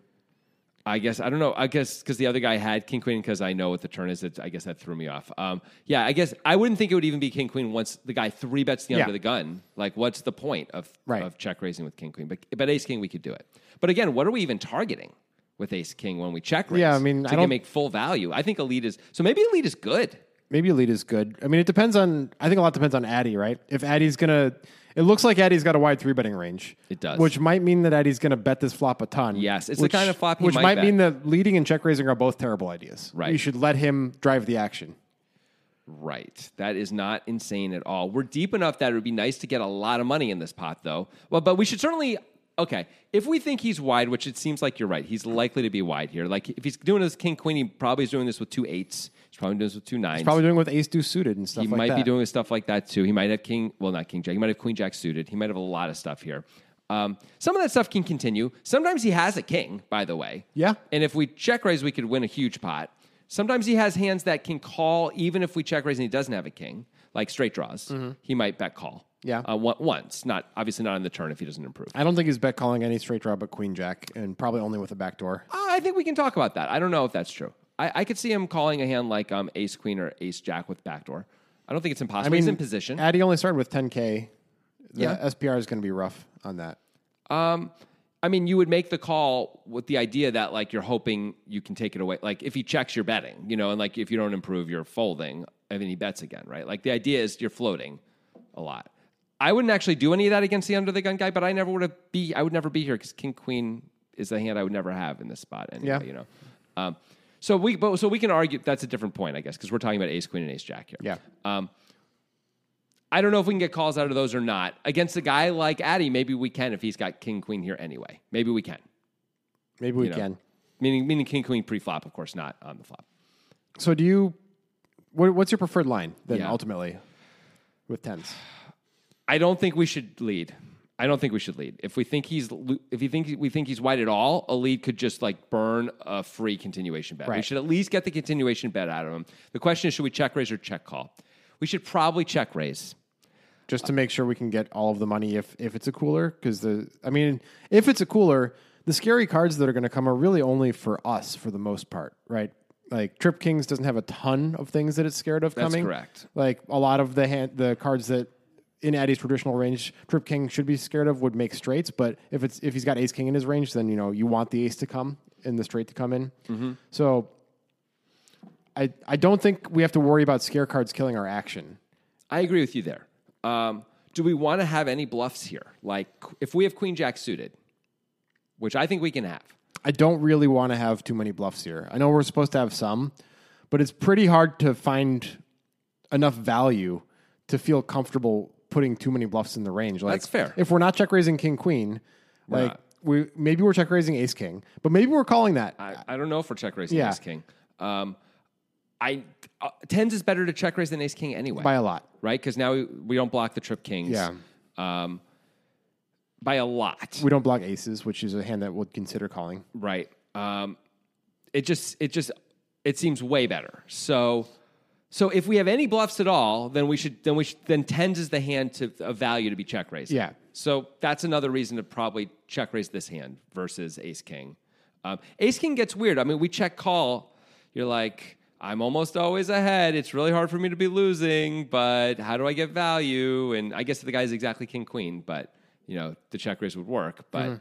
A: I guess I don't know. I guess because the other guy had king queen because I know what the turn is. It, I guess that threw me off. Um, yeah, I guess I wouldn't think it would even be king queen once the guy three bets the under
B: Yeah.
A: the gun. Like, what's the point of
B: Right.
A: of check raising with king queen? But but ace king we could do it. But again, what are we even targeting with ace king when we check raise?
B: Yeah, I mean,
A: to
B: I
A: get-
B: don't-
A: make full value. I think a lead is so maybe a lead is good.
B: Maybe a lead is good. I mean, it depends on. I think a lot depends on Addy, right? If Addy's gonna, it looks like Addy's got a wide three betting range.
A: It does.
B: which might mean that Addy's gonna bet this flop a ton.
A: Yes, it's the
B: which,
A: kind of flop he
B: which
A: might
B: might,
A: bet.
B: mean that leading and check raising are both terrible ideas.
A: Right.
B: You should let him drive the action.
A: Right. That is not insane at all. We're deep enough that it would be nice to get a lot of money in this pot, though. Well, but we should certainly. Okay, if we think he's wide, which it seems like you're right, he's likely to be wide here. Like if he's doing this king queen, he probably is doing this with two eights. He's probably doing this with two nines.
B: Probably doing with ace deuce suited and stuff
A: he
B: like
A: might
B: that.
A: be doing stuff like that too. He might have king, well, not king jack. He might have queen jack suited. He might have a lot of stuff here. Um, some of that stuff can continue. Sometimes he has a king, by the way.
B: Yeah.
A: And if we check raise, we could win a huge pot. Sometimes he has hands that can call, even if we check raise and he doesn't have a king, like straight draws. He might bet call.
B: Mm-hmm. Yeah.
A: Uh, on- once, not obviously not on the turn if he doesn't improve.
B: I don't think he's bet calling any straight draw but queen jack, and probably only with a backdoor.
A: Uh, I think we can talk about that. I don't know if that's true. I, I could see him calling a hand like um, ace queen or ace jack with backdoor. I don't think it's impossible.
B: I mean,
A: He's in position.
B: Addy only started with 10k. The
A: Yeah.
B: SPR is gonna be rough on that.
A: I mean, you would make the call with the idea that like you're hoping you can take it away. Like if he checks, you're betting, you know, and like if you don't improve, you're folding. I mean, he bets again, right? Like the idea is you're floating a lot. I wouldn't actually do any of that against the under the gun guy, but I never would have be. I would never be here because king queen is the hand I would never have in this spot anyway.
B: Yeah.
A: You know, um, so we but so we can argue that's a different point, I guess, because we're talking about ace queen and ace jack here.
B: Yeah.
A: Um, I don't know if we can get calls out of those or not. Against a guy like Addy, maybe we can if he's got king queen here anyway. Maybe we can.
B: Maybe we
A: know.
B: can.
A: Meaning, meaning king queen pre flop, of course, not on the flop.
B: So do you? What, what's your preferred line then?
A: Yeah.
B: Ultimately, with tens.
A: I don't think we should lead. I don't think we should lead. If we think he's, lo- if you think we think he's white at all, a lead could just like burn a free continuation bet. We
B: Right.
A: should at least get the continuation bet out of him. The question is, should we check raise or check call? We should probably check raise.
B: just to make sure we can get all of the money if if it's a cooler because the I mean if it's a cooler the scary cards that are going to come are really only for us for the most part right like Trip Kings doesn't have a ton of things that it's scared of coming
A: correct.
B: like a lot of the hand, the cards that in Addy's traditional range Trip King should be scared of would make straights but if it's if he's got Ace King in his range then you know you want the ace to come and the straight to come in so I I don't think we have to worry about scare cards killing our action
A: I agree with you there. Um, do we want to have any bluffs here? Like, if we have queen jack suited, which I think we can have.
B: I don't really want to have too many bluffs here. I know we're supposed to have some, but it's pretty hard to find enough value to feel comfortable putting too many bluffs in the range. Like,
A: That's fair.
B: If we're not check raising king queen, like
A: not.
B: we maybe we're check raising ace king, but maybe we're calling that.
A: I, I don't know if we're check raising
B: Yeah.
A: ace king. Um, I uh, tens is better to check raise than ace king anyway.
B: by a lot.
A: right? Because now we, we don't block the trip kings.
B: Yeah.
A: Um, by a lot.
B: We don't block aces, which is a hand that would consider calling.
A: Right. Um, it just it just it seems way better. So so if we have any bluffs at all, then we should then we should, then tens is the hand to of value to be check raised.
B: Yeah.
A: So that's another reason to probably check raise this hand versus ace king. Um, ace king gets weird. I mean, we check call. You're like, I'm almost always ahead. It's really hard for me to be losing, but how do I get value? And I guess the guy's exactly king queen, but you know the check raise would work. But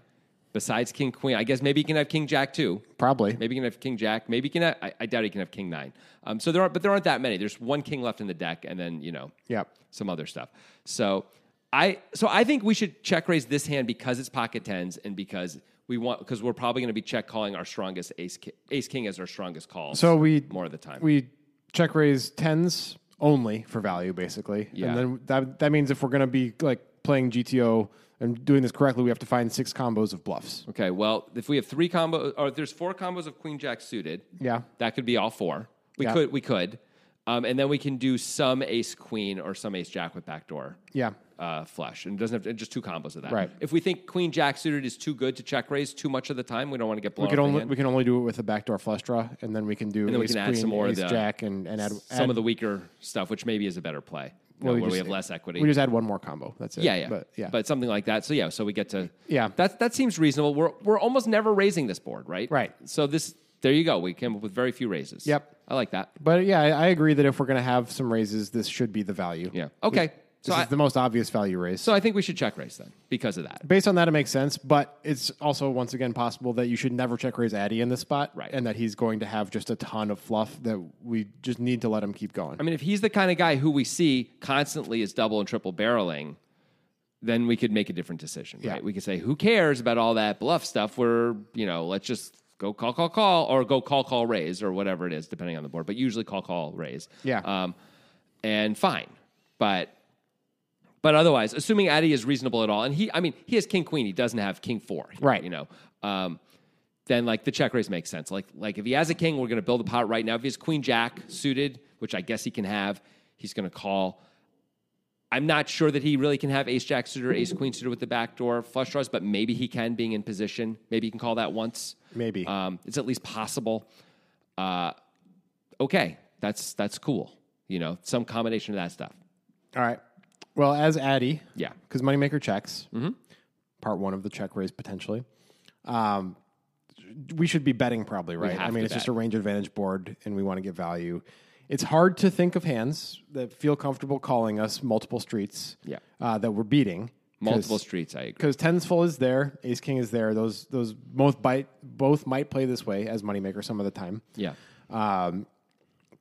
A: besides king queen, I guess maybe you can have king jack too.
B: Probably.
A: Maybe you can have King Jack. Maybe you can. Have, I, I doubt he can have King Nine. Um, so there are, but there aren't that many. There's one king left in the deck, and then you know,
B: Yep.
A: some other stuff. So I, so I think we should check raise this hand because it's pocket tens, and because we want because we're probably going to be check calling our strongest ace ki- ace king as our strongest call.
B: So we
A: more of the time.
B: we check raise tens only for value, basically.
A: Yeah.
B: And then that that means if we're gonna be like playing GTO and doing this correctly, we have to find six combos of bluffs.
A: okay, well, if we have three combo or if there's four combos of Queen Jack suited,
B: Yeah.
A: that could be all four. We
B: Yeah.
A: could we could, um, and then we can do some Ace Queen or some Ace Jack with backdoor.
B: Yeah.
A: uh, flush and it doesn't have to, just two combos of that.
B: Right.
A: If we think Queen Jack suited is too good to check raise too much of the time, we don't want to get blown.
B: We can
A: off the
B: only
A: hand.
B: we can only do it with a backdoor flush draw, and then we can do
A: then we
B: ace
A: can add
B: queen,
A: some more of
B: ace
A: the-
B: jack, and and add
A: some of the weaker stuff, which maybe is a better play, you know,
B: we
A: where we
B: just-
A: have less equity.
B: We just add one more combo. That's it.
A: yeah, yeah,
B: But yeah.
A: but something like that. So yeah, so we get to
B: Yeah.
A: That that seems reasonable. We're we're almost never raising this board, right?
B: Right.
A: So this there you go. We came up with very few raises.
B: Yep.
A: I like that.
B: But yeah, I, I agree that if we're going to have some raises, this should be the value.
A: Yeah. Okay.
B: This
A: so I,
B: is the most obvious value raise.
A: so I think we should check raise then because of that.
B: Based on that, it makes sense, but it's also once again possible that you should never check raise Addy in this spot,
A: Right.
B: And that he's going to have just a ton of fluff that we just need to let him keep going.
A: I mean, if he's the kind of guy who we see constantly is double and triple barreling, then we could make a different decision,
B: Yeah.
A: right? We could say, who cares about all that bluff stuff? We're, you know, let's just go call, call, call, or go call, call, raise, or whatever it is, depending on the board, but usually call, call, raise.
B: Yeah.
A: Um, and fine. But. But otherwise, assuming Addy is reasonable at all, and he, I mean, he has King Queen, he doesn't have King Four,
B: Right.
A: You know, um, then like the check raise makes sense. Like like if he has a king, we're going to build a pot right now. If he has queen jack suited, which I guess he can have, he's going to call. I'm not sure that he really can have ace jack suited or ace queen suited with the backdoor flush draws, but maybe he can being in position. Maybe he can call that once.
B: Maybe.
A: Um, it's at least possible. Uh, okay, that's that's cool. You know, some combination of that stuff.
B: All right. Well, as Addy,
A: Yeah. Mm-hmm.
B: because moneymaker checks, part one of the check raise potentially. Um, we should be betting probably, right? I
A: have
B: mean,
A: to
B: it's just
A: bet.
B: a range advantage board, and we want to get value. It's hard to think of hands that feel comfortable calling us multiple streets,
A: Yeah.
B: uh, that we're beating 'Cause-
A: Multiple streets, I agree.
B: because tens full is there, ace king is there. Those those both bite both might play this way as moneymaker some of the time.
A: Yeah.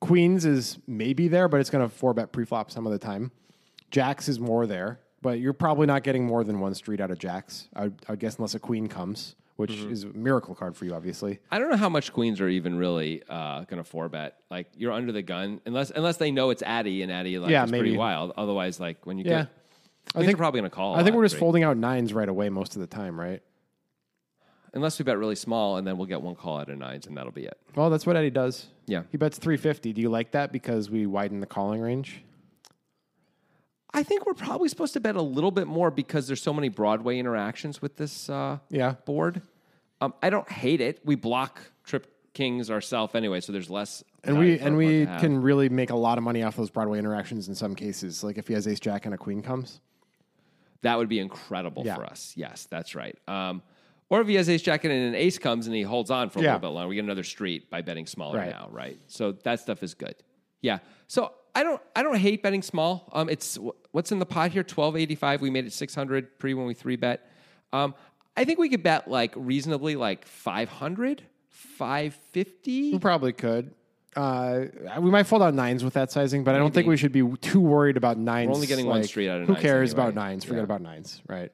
B: Queens is maybe there, but it's going to four bet preflop some of the time. Jacks is more there, but you're probably not getting more than one street out of jacks. I would, I would guess unless a queen comes, which is a miracle card for you, obviously.
A: I don't know how much queens are even really uh, going to four bet. Like you're under the gun unless unless they know it's Addy and Addy like
B: Yeah,
A: is pretty
B: maybe.
A: wild. Otherwise, like when you
B: Yeah.
A: get, queens I think
B: think-
A: are probably going to call. I
B: I think we're just folding out nines right away most of the time, right?
A: unless we bet really small and then we'll get one call out of nines and that'll be it.
B: Well, that's what Eddie does.
A: Yeah.
B: he bets three fifty. Do you like that because we widen the calling range?
A: I think we're probably supposed to bet a little bit more because there's so many Broadway interactions with this uh,
B: Yeah.
A: board. Um, I don't hate it. We block trip kings ourselves anyway, so there's less.
B: And
A: value
B: we
A: for
B: and
A: our board to
B: we
A: have.
B: can really make a lot of money off those Broadway interactions in some cases. Like if he has Ace Jack and a Queen comes,
A: That would be incredible
B: Yeah.
A: for us. Yes, that's right. Um, or if he has ace jacket and an ace comes and he holds on for a
B: Yeah.
A: little bit longer, we get another street by betting smaller
B: Right.
A: now, right? So that stuff is good. Yeah. So I don't I don't hate betting small. Um, it's wh- what's in the pot here twelve eighty five. We made it six hundred pre when we three bet. Um, I think we could bet like reasonably like 500, 550.
B: we probably could. Uh, we might fold out nines with that sizing, but I don't think we should be too worried about nines.
A: only getting one street out of
B: Who
A: nines
B: cares
A: anyway.
B: about nines? Forget
A: Yeah.
B: about nines, right?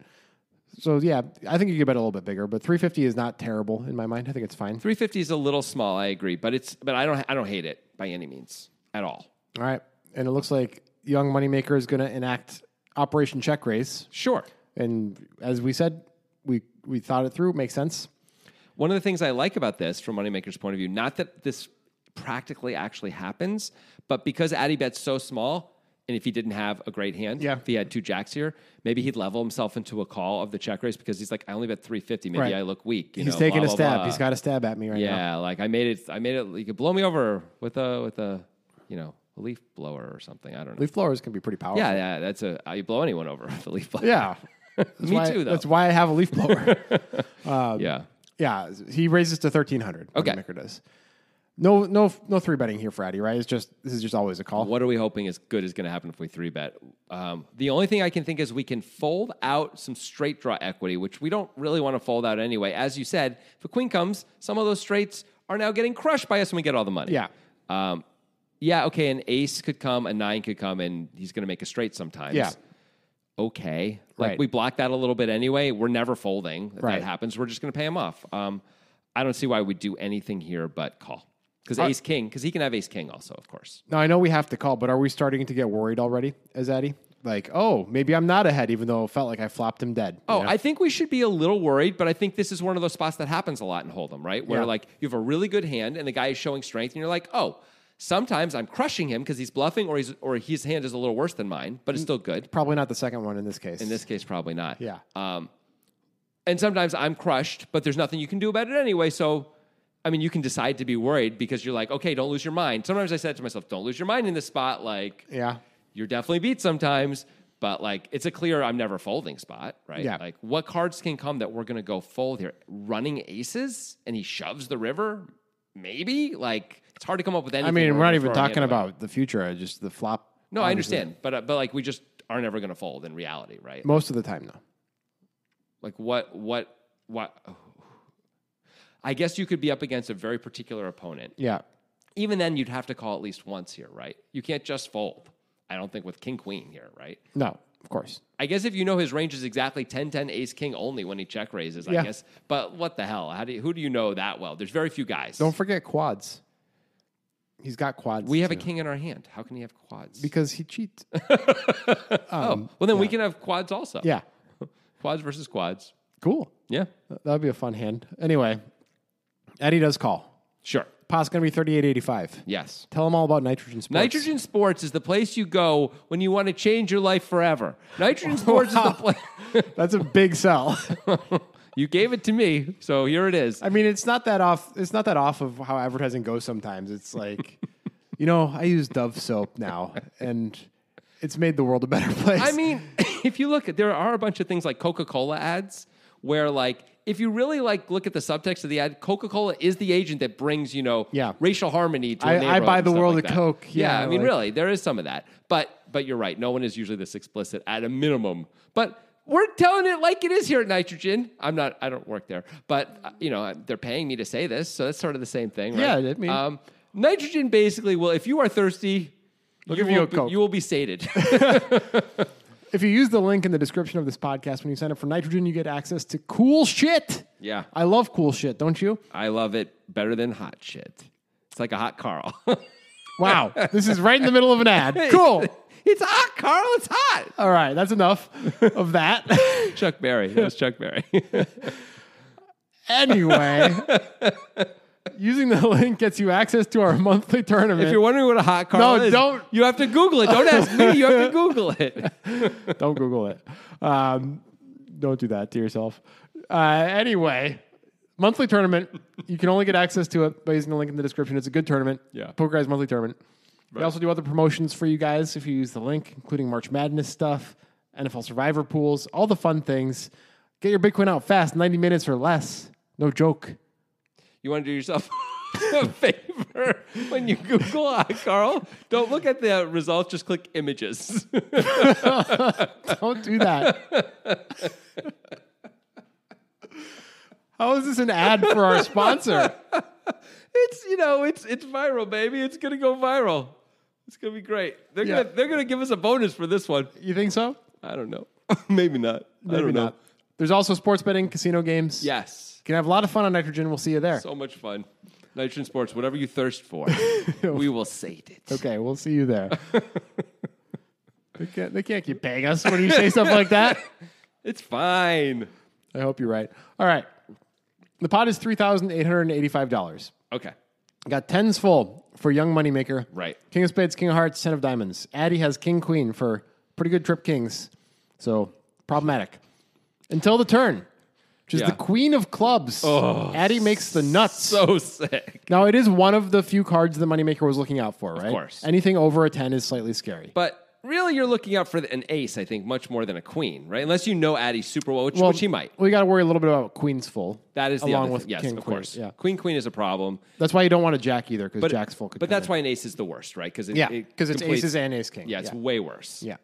B: So yeah, I think you could bet a little bit bigger, but three fifty is not terrible in my mind. I think it's fine.
A: Three fifty is a little small. I agree, but it's but I don't I don't hate it by any means at all.
B: All right, and it looks like Young Moneymaker is going to enact Operation Check Raise,
A: Sure.
B: and as we said, we we thought it through. It makes sense.
A: One of the things I like about this, from Moneymaker's point of view, not that this practically actually happens. But because Addy bet's so small, and if he didn't have a great hand,
B: Yeah.
A: if he had two jacks here, maybe he'd level himself into a call of the check raise because he's like, I only bet 350. Maybe
B: Right.
A: I look weak. You
B: He's
A: know,
B: taking
A: blah, blah,
B: a stab.
A: blah.
B: He's got a stab at me right now.
A: Yeah, like I made it. I made it. You could blow me over with a with a you know a leaf blower or something. I don't know.
B: Leaf blowers can be pretty powerful.
A: yeah, yeah, that's a how you blow anyone over with a leaf blower.
B: Yeah. That's
A: Me
B: why-
A: too, though.
B: That's why I have a leaf blower.
A: yeah.
B: yeah, he raises to thirteen hundred.
A: Okay.
B: Maker does. No, no, no three betting here for Addy, right? It's just this is just always a call.
A: What are we hoping is good is going to happen if we three bet? Um, the only thing I can think is we can fold out some straight draw equity, which we don't really want to fold out anyway. As you said, if a queen comes, some of those straights are now getting crushed by us, and we get all the money.
B: Yeah.
A: Um, yeah. Okay. An ace could come, a nine could come, and he's going to make a straight sometimes.
B: Yeah.
A: okay. Like
B: Right.
A: we block that a little bit anyway. We're never folding. If
B: Right.
A: that happens, we're just going to pay him off. Um, I don't see why we do anything here but call. Because ace king, because he can have ace king also, of course.
B: Now I know we have to call, but are we starting to get worried already as Addy? Like, oh, maybe I'm not ahead, even though it felt like I flopped him dead. you
A: Oh,
B: know?
A: I think we should be a little worried, but I think this is one of those spots that happens a lot in Hold'em, right? Where
B: Yeah.
A: like you have a really good hand and the guy is showing strength, and you're like, oh, sometimes I'm crushing him because he's bluffing, or he's or his hand is a little worse than mine, but it's still good.
B: probably not the second one in this case.
A: In this case, probably not.
B: Mm.
A: Um,
B: yeah,
A: and sometimes I'm crushed, but there's nothing you can do about it anyway. So, I mean, you can decide to be worried because you're like, okay, don't lose your mind. Sometimes I said to myself, don't lose your mind in this spot. Like,
B: yeah,
A: you're definitely beat sometimes, but like, it's a clear I'm never folding spot, right?
B: Yeah.
A: Like, what cards can come that we're going to go fold here? Running aces and he shoves the river? Maybe? Like, it's hard to come up with anything.
B: I mean,
A: where
B: we're not
A: gonna
B: even
A: throw our hand
B: talking
A: away.
B: about the future, uh, just the flop.
A: No, I
B: obviously.
A: understand, but, uh, but like, we just are never going to fold in reality, right?
B: Most of the time, though.
A: like what what what I guess you could be up against a very particular opponent.
B: Yeah,
A: Even then you'd have to call at least once here, right? You can't just fold. I don't think with king queen here, right?
B: no, of course.
A: I guess if you know his range is exactly 10 10 ace king only when he check raises, I
B: Yeah.
A: guess. But what the hell? How do you, who do you know that well? There's very few guys.
B: Don't forget quads. He's got quads.
A: we have a
B: too.
A: king in our hand. How can he have quads?
B: because he cheats.
A: oh, well then we can have quads also.
B: yeah, Uh,
A: Quads versus quads.
B: cool.
A: Yeah.
B: That would be a fun hand. Anyway, Eddie does call.
A: Sure.
B: Pot's gonna be thirty-eight eighty-five.
A: Yes.
B: Tell him all about nitrogen sports.
A: Nitrogen Sports is the place you go when you want to change your life forever. Nitrogen Sports is the place.
B: That's a big sell.
A: you gave it to me, so here it is.
B: I mean, it's not that off. It's not that off of how advertising goes. Sometimes it's like, you know, I use Dove soap now, and it's made the world a better place.
A: I mean, if you look at there are a bunch of things like Coca-Cola ads where like if you really like look at the subtext of the ad, Coca-Cola is the agent that brings, you know,
B: Yeah.
A: racial harmony to a
B: I- I
A: neighborhood
B: buy
A: and
B: the
A: stuff
B: world
A: like
B: a
A: that.
B: Coke.
A: Yeah,
B: Yeah,
A: I mean,
B: like-
A: really, there is some of that. But but you're right. No one is usually this explicit at a minimum. But we're telling it like it is here at Nitrogen. I'm not. I don't work there, but uh, you know I- they're paying me to say this, so that's sort of the same thing, right?
B: Yeah, I mean-
A: um, Nitrogen basically will. If you are thirsty, you
B: give you
A: will
B: a
A: be-
B: Coke.
A: you will be sated.
B: if you use the link in the description of this podcast when you sign up for nitrogen, you get access to cool shit.
A: Yeah.
B: I love cool shit. Don't you?
A: I love it better than hot shit. It's like a hot Carl.
B: Wow, this is right in the middle of an ad. Cool.
A: It's hot, Carl. It's hot.
B: All right, that's enough of that.
A: Chuck Berry. That was Chuck Berry.
B: anyway, using the link gets you access to our monthly tournament.
A: if you're wondering what a hot Carl
B: No,
A: is,
B: don't-
A: You have to Google it. Don't ask me. You have to Google it.
B: don't Google it. Um, don't do that to yourself. Uh, anyway, monthly tournament. You can only get access to it by using the link in the description. It's a good tournament.
A: Yeah.
B: Poker Guys monthly tournament. We also do other promotions for you guys if you use the link, including March Madness stuff, NFL Survivor pools, all the fun things. Get your Bitcoin out fast, 90 minutes or less. No joke.
A: You want to do yourself a favor when you Google hot Carl? Don't look at the results. Just click images.
B: Don't do that. How is this an ad for our sponsor?
A: it's you know it's it's viral, baby. It's gonna go viral. It's gonna be great. They're
B: Yeah.
A: gonna they're gonna give us a bonus for this one.
B: You think so?
A: I don't know. Maybe not. I don't
B: Maybe
A: know.
B: not. There's also sports betting, casino games.
A: Yes.
B: You can have a lot of fun on Nitrogen. We'll see you there.
A: So much fun. Nitrogen Sports, whatever you thirst for, we will sate it.
B: okay, we'll see you there. they, can't, they can't keep paying us when you say stuff like that.
A: It's fine.
B: I hope you're right. All right. The pot is $3,885.
A: Okay.
B: Got tens full for Young Moneymaker.
A: Right.
B: King of Spades, King of Hearts, Ten of Diamonds. Addy has King Queen for pretty good trip kings. So problematic. Until the turn, which is
A: Yeah. Oh,
B: the Queen of Clubs. Addy makes the nuts.
A: So sick.
B: now, it is one of the few cards the Moneymaker was looking out for, right? Of
A: course.
B: Anything over a 10 is slightly scary.
A: But really, you're looking out for the, an ace, I think, much more than a queen, right? Unless you know Addy super well, which, which he might.
B: We got to worry a little bit about Queen's full.
A: That is the
B: along
A: other
B: with
A: thing. Yes,
B: King
A: of
B: Queen.
A: course.
B: Yeah.
A: Queen Queen is a problem.
B: That's why you don't want a Jack either, because
A: But
B: Jack's full. Could
A: But
B: come
A: that's
B: in.
A: why an ace is the worst, right? Because
B: Yeah, because it's
A: completes-
B: aces and ace king.
A: Yeah, it's way worse.
B: Yeah.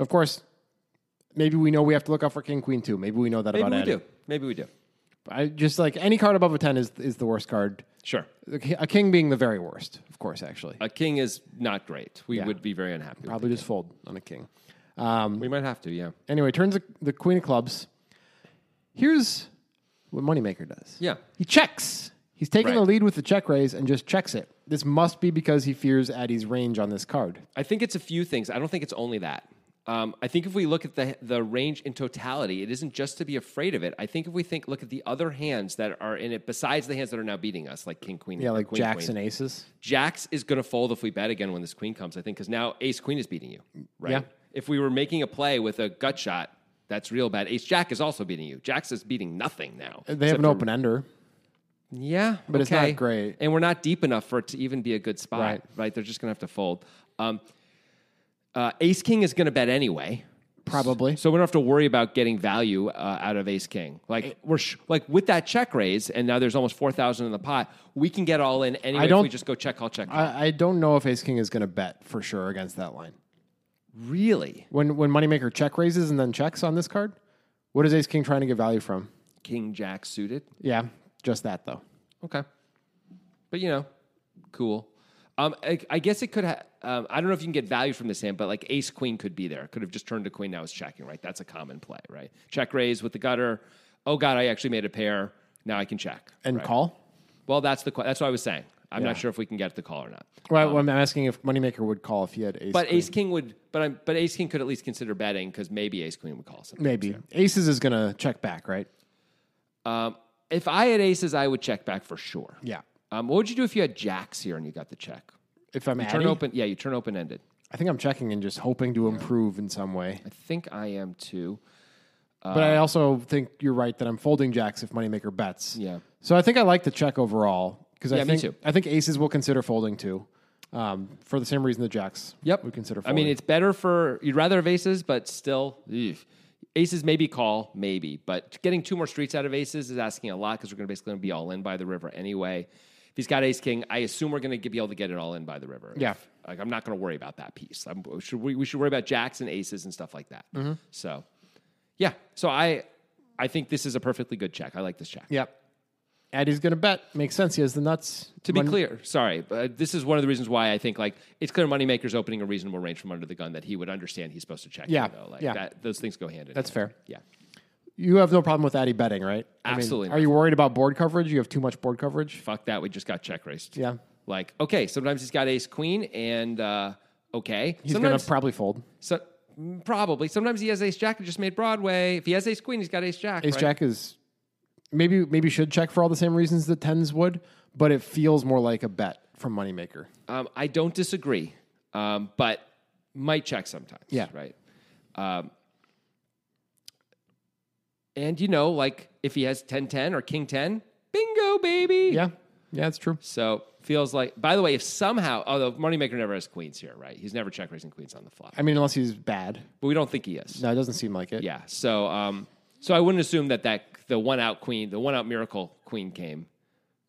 B: Of course, maybe we know we have to look out for king queen too. Maybe we know that
A: Maybe
B: about
A: we
B: Addy.
A: do. Maybe we do.
B: I just like any card above a ten is is the worst card.
A: Sure.
B: The ki- A king being the very worst, of course. Actually,
A: A king is not great. We
B: Yeah.
A: would be very unhappy. with
B: probably just fold on a king.
A: it. We might have to, yeah.
B: Anyway, turns the, the queen of clubs. Here's what moneymaker does.
A: Yeah.
B: he checks. He's taking
A: Right.
B: the lead with the check raise and just checks it. This must be because he fears Addy's range on this card.
A: I think it's a few things. I don't think it's only that. Um, I think if we look at the the range in totality, it isn't just to be afraid of it. I think if we think look at the other hands that are in it besides the hands that are now beating us, like King Queen,
B: Yeah,
A: or
B: like
A: Queen,
B: jacks
A: Queen,
B: and aces.
A: Jax is going to fold if we bet again when this Queen comes. I think because now Ace Queen is beating you, right?
B: Yeah.
A: If we were making a play with a gut shot, that's real bad. Ace Jack is also beating you. Jax is beating nothing now.
B: They have
A: except
B: an
A: for-
B: open ender.
A: yeah,
B: But it's not
A: okay.
B: great.
A: and we're not deep enough for it to even be a good spot. Right,
B: Right.
A: they're just gonna have to fold. Um, uh, Ace King is gonna bet anyway,
B: Probably.
A: so we don't have to worry about getting value uh, out of Ace King. Like we're sh- like with that check raise, and now there's almost four thousand in the pot. We can get all in anyway. if
B: don't-
A: we just go check call check. call.
B: I, I don't know if Ace King is going to bet for sure against that line.
A: really,
B: When when moneymaker check raises and then checks on this card, what is Ace King trying to get value from?
A: King Jack suited.
B: Yeah, just that though.
A: Okay. But you know, cool. Um, I, I guess it could. Ha- um, I don't know if you can get value from this hand, but like Ace Queen could be there. Could have just turned to Queen. Now it's checking. Right. That's a common play. Right. Check raise with the gutter. Oh God, I actually made a pair. Now I can check.
B: And
A: right?
B: call.
A: Well, that's the. que- That's what I was saying. I'm
B: Yeah.
A: not sure if we can get the call or not.
B: Well, I'm asking if moneymaker would call if he had Ace.
A: But
B: Queen.
A: Ace King would. But I'm. But Ace King could at least consider betting because maybe Ace Queen would call something.
B: maybe aces is going to check back, right?
A: Um, if I had aces, I would check back for sure.
B: Yeah.
A: Um, what would you do if you had jacks here and you got the check?
B: If I'm
A: Turn
B: Addy,
A: open. Yeah, you turn open ended.
B: I think I'm checking and just hoping to improve in some way.
A: I think I am too.
B: but
A: Um,
B: I also think you're right that I'm folding jacks if moneymaker bets.
A: Yeah.
B: So I think I like the check overall because I
A: Yeah, me
B: think
A: too.
B: I think aces will consider folding too, um, for the same reason the jacks. would consider.
A: I
B: Folding.
A: mean, it's better for you'd rather have aces, but still, eugh. aces maybe call maybe, but getting two more streets out of aces is asking a lot because we're going to basically be all in by the river anyway. If he's got ace king, I assume we're going to be able to get it all in by the river.
B: Yeah.
A: If- like I'm not going to worry about that piece. I'm, should we, we should worry about jacks and aces and stuff like that. So, yeah. So I I think this is a perfectly good check. I like this check.
B: Yep. Addy's going to bet. Makes sense. He has the nuts.
A: To be clear, sorry, but uh, this is one of the reasons why I think like it's clear moneymaker's opening a reasonable range from under the gun that he would understand he's supposed to check.
B: Yeah,
A: though. like
B: yeah.
A: that, those things go hand in.
B: That's
A: hand.
B: fair.
A: Yeah,
B: You have no problem with Addy betting, right? I mean,
A: Absolutely
B: are you worried about board coverage? You have too much board coverage?
A: fuck that. We just got check raised.
B: Yeah.
A: like okay, sometimes he's got ace queen and uh, okay,
B: He's going
A: sometimes
B: to probably fold.
A: so, probably sometimes he has ace jack and just made Broadway. If he has ace queen, he's got ace jack.
B: Ace
A: right?
B: Jack is maybe maybe should check for all the same reasons the tens would, but it feels more like a bet from moneymaker.
A: Um, I don't disagree, um, but might check sometimes.
B: Yeah.
A: Right. Um, and, you know, like if he has 10 10 or King 10, bingo, baby.
B: Yeah, yeah, it's true.
A: So feels like, by the way, if somehow, although Moneymaker never has queens here, right? He's never check raising queens on the flop,
B: I mean, unless he's bad.
A: but we don't think he is.
B: No, it doesn't seem like it.
A: Yeah. So, um, so I wouldn't assume that that the one out queen, the one out miracle queen came.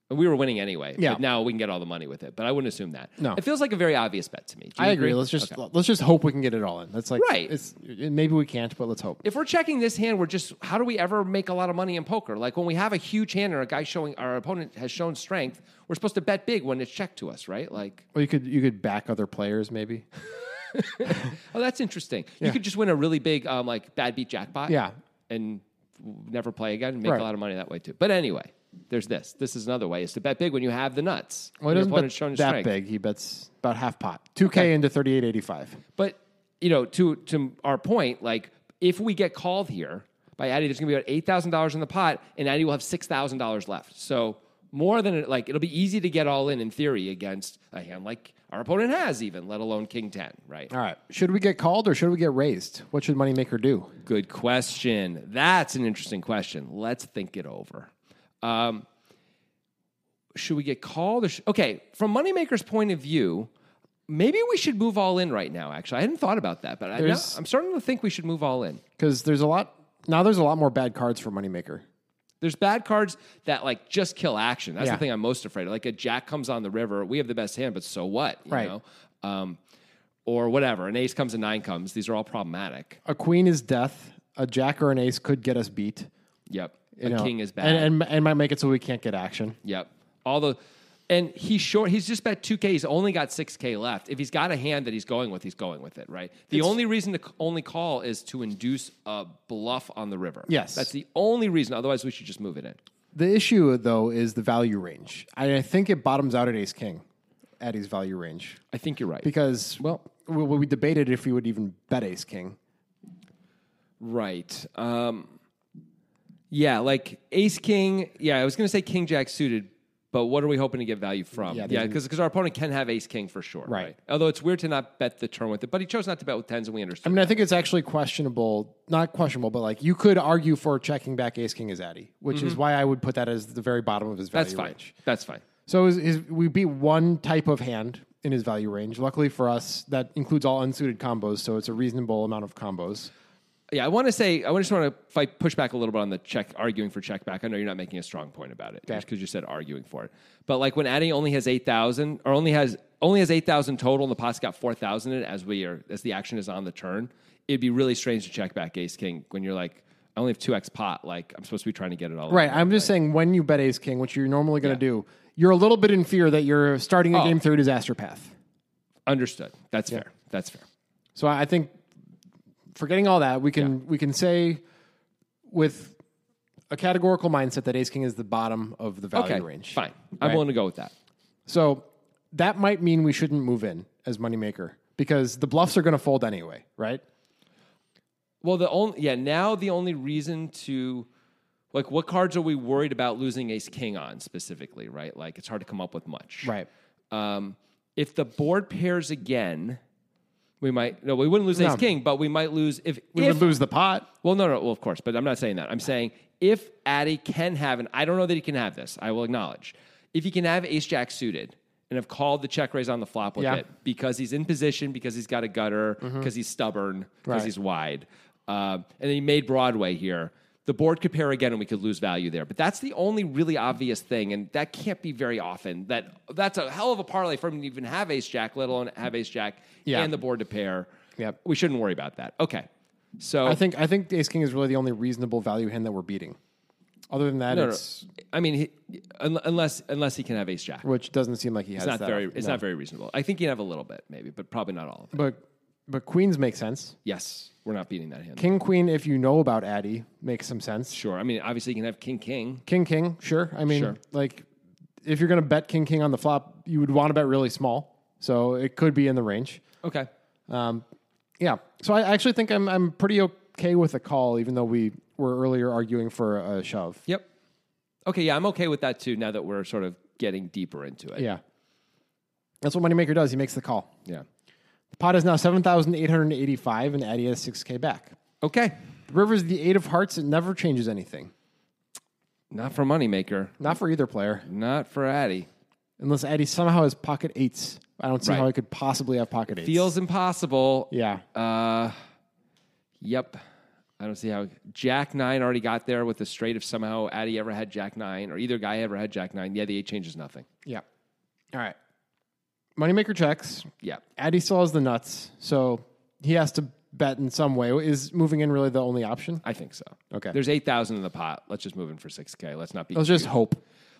A: And we were winning anyway.
B: Yeah.
A: But now we can get all the money with it. But I wouldn't assume that.
B: No.
A: It feels like a very obvious bet to me. Do you
B: I agree. Let's just let's just hope we can get it all in. That's like
A: Right.
B: It's maybe we can't, but let's hope.
A: if we're checking this hand, we're just how do we ever make a lot of money in poker? Like when we have a huge hand or a guy showing our opponent has shown strength, we're supposed to bet big when it's checked to us, right? Like,
B: Well, you could you could back other players maybe.
A: oh, that's interesting. You could just win a really big um, like bad beat jackpot,
B: Yeah.
A: and w- never play again and make
B: Right.
A: a lot of money that way too. But anyway, there's this. This is another way is to bet big when you have the nuts.
B: Well,
A: When
B: he
A: your
B: doesn't
A: opponent's
B: bet
A: showing
B: that
A: strength.
B: big. He bets about half pot, two k into thirty eight eighty five.
A: But you know, to to our point, like if we get called here by Addy, there's going to be about eight thousand dollars in the pot, and Addy will have six thousand dollars left. So more than like it'll be easy to get all in in theory against a hand like our opponent has even, let alone King Ten, right?
B: All right. Should we get called or should we get raised? What should Moneymaker do?
A: Good question. That's an interesting question. Let's think it over. Um, should we get called? Or sh- okay, from Moneymaker's point of view, maybe we should move all in right now, actually. I hadn't thought about that, but I, now,
B: There's-
A: I'm starting to think we should move all in.
B: Because there's a lot now. There's a lot more bad cards for Moneymaker.
A: There's bad cards that like just kill action. That's
B: Yeah.
A: the thing I'm most afraid of. Like a jack comes on the river, we have the best hand, but so what? You
B: Right.
A: know? Um, or whatever. An ace comes, a nine comes. These are all problematic.
B: A queen is death. A jack or an ace could get us beat.
A: Yep.
B: you
A: a
B: know,
A: king is bad.
B: and, and and might make it so we can't get action.
A: Yep. All the and he's short. He's just bet two k. He's only got six k left. If he's got a hand that he's going with, he's going with it, right? The only reason to c- only call is to induce a bluff on the river.
B: Yes.
A: that's the only reason. Otherwise, we should just move it in.
B: The issue though is the value range. I, I think it bottoms out at ace king, at his value range
A: I think you're right.
B: because well we, we debated if we would even bet ace king.
A: right. Um, yeah, like ace king. Yeah, I was gonna say king jack suited. But what are we hoping to get value from?
B: Yeah,
A: Yeah,
B: there's-
A: because our opponent can have ace king for sure.
B: Right.
A: Although it's weird to not bet the turn with it, but he chose not to bet with tens, and we understand.
B: I mean, I think it's actually questionable, not questionable, but like you could argue for checking back ace king is Addy, which is why I would put that as the very bottom of his value
A: Mm-hmm. That's fine.
B: range.
A: That's fine.
B: So his, his, we beat one type of hand in his value range. Luckily for us, that includes all unsuited combos, so it's a reasonable amount of combos.
A: Yeah, I want to say I just want to fight push back a little bit on the check arguing for check back. I know you're not making a strong point about it because you said arguing for it. But like when Addy only has eight thousand or only has only has eight thousand total and the pot's got four thousand in it as we are as the action is on the turn, it'd be really strange to check back Ace King when you're like I only have two X pot. Like I'm supposed to be trying to get it all
B: Right. I'm just saying when you bet ace king, which you're normally going to do, you're a little bit in fear that you're starting a
A: Oh.
B: game through a disaster path.
A: Understood. That's fair. That's fair.
B: So I I think forgetting all that, we can we can say with a categorical mindset that ace king is the bottom of the value
A: Okay.
B: range.
A: Fine. I'm
B: Right.
A: willing to go with that.
B: So that might mean we shouldn't move in as moneymaker because the bluffs are going to fold anyway, right?
A: Well, the only yeah now the only reason to like what cards are we worried about losing Ace King on specifically? Right, like it's hard to come up with much.
B: Right.
A: Um, if the board pairs again, we might no we wouldn't lose
B: No.
A: Ace King, but we might lose if
B: We
A: if
B: would lose the pot.
A: well no no well of course, but I'm not saying that. I'm saying if Addy can have and I don't know that he can have this. I will acknowledge if he can have Ace Jack suited. And have called the check raise on the flop with
B: Yeah. Mm-hmm.
A: it because he's in position, because he's got a gutter, because he's stubborn, because
B: Right.
A: he's wide. Um, and then he made Broadway here. The board could pair again, and we could lose value there. But that's the only really obvious thing, and that can't be very often. That that's a hell of a parlay for him to even have Ace Jack, let alone have Ace Jack
B: Yeah.
A: and the board to pair.
B: Yep.
A: we shouldn't worry about that. Okay, so
B: I think I think ace king is really the only reasonable value hand that we're beating. Other than that,
A: no, no.
B: it's
A: I mean, he, un- unless unless he can have Ace Jack,
B: which doesn't seem like he has
A: it's not
B: that
A: very
B: often.
A: it's
B: No.
A: not very reasonable. I think he can have a little bit, maybe, but probably not all of it.
B: But but queens make sense.
A: Yes, we're not beating that hand.
B: King queen, if you know about Addy, makes some sense.
A: Sure. I mean, obviously, you can have King King.
B: King king, sure. I mean,
A: Sure.
B: like if you're gonna bet king king on the flop, you would want to bet really small, so it could be in the range.
A: Okay.
B: Um, yeah. So I actually think I'm I'm pretty okay with a call, even though we were earlier arguing for a shove.
A: Yep. Okay, yeah, I'm okay with that too now that we're sort of getting deeper into it.
B: Yeah. That's what moneymaker does. He makes the call.
A: Yeah.
B: The pot is now seven thousand eight hundred eighty-five, and Addy has six k back.
A: Okay.
B: The river is the eight of hearts. It never changes anything.
A: Not for Moneymaker.
B: Not for either player.
A: Not for Addy.
B: Unless Eddie somehow has pocket eights. I don't see
A: Right.
B: how he could possibly have pocket eights.
A: Feels impossible.
B: yeah.
A: Uh yep. I don't see how Jack Nine already got there with the straight if somehow Addy ever had Jack Nine or either guy ever had Jack Nine. Yeah, the eight changes nothing.
B: yeah. All right. Moneymaker checks.
A: Yeah.
B: Addy still has the nuts, so he has to bet in some way. Is moving in really the only option?
A: I think so.
B: Okay.
A: There's eight thousand in the pot. Let's just move in for six K. Let's not be
B: Let's just hope.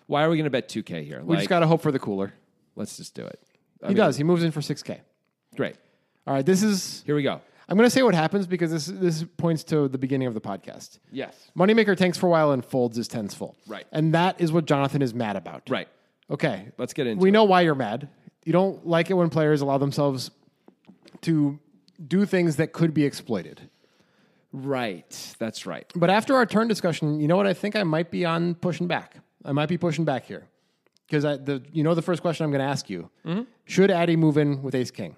A: why are we gonna bet two K here?
B: We just got to hope for the cooler.
A: let's just do it. I
B: he does. He moves in for 6K.
A: Great.
B: All right. This is,
A: Here we go.
B: I'm going to say what happens because this, this points to the beginning of the podcast.
A: Yes.
B: Moneymaker tanks for a while and folds his tens full.
A: Right.
B: And that is what Jonathan is mad about.
A: Right.
B: Okay.
A: Let's get into
B: we
A: it.
B: know why you're mad. You don't like it when players allow themselves to do things that could be exploited.
A: Right. That's right.
B: But after our turn discussion, you know what? I think I might be on pushing back. I might be pushing back here. because the you know the first question I'm going to ask you
A: Mm-hmm.
B: should Addy move in with Ace King?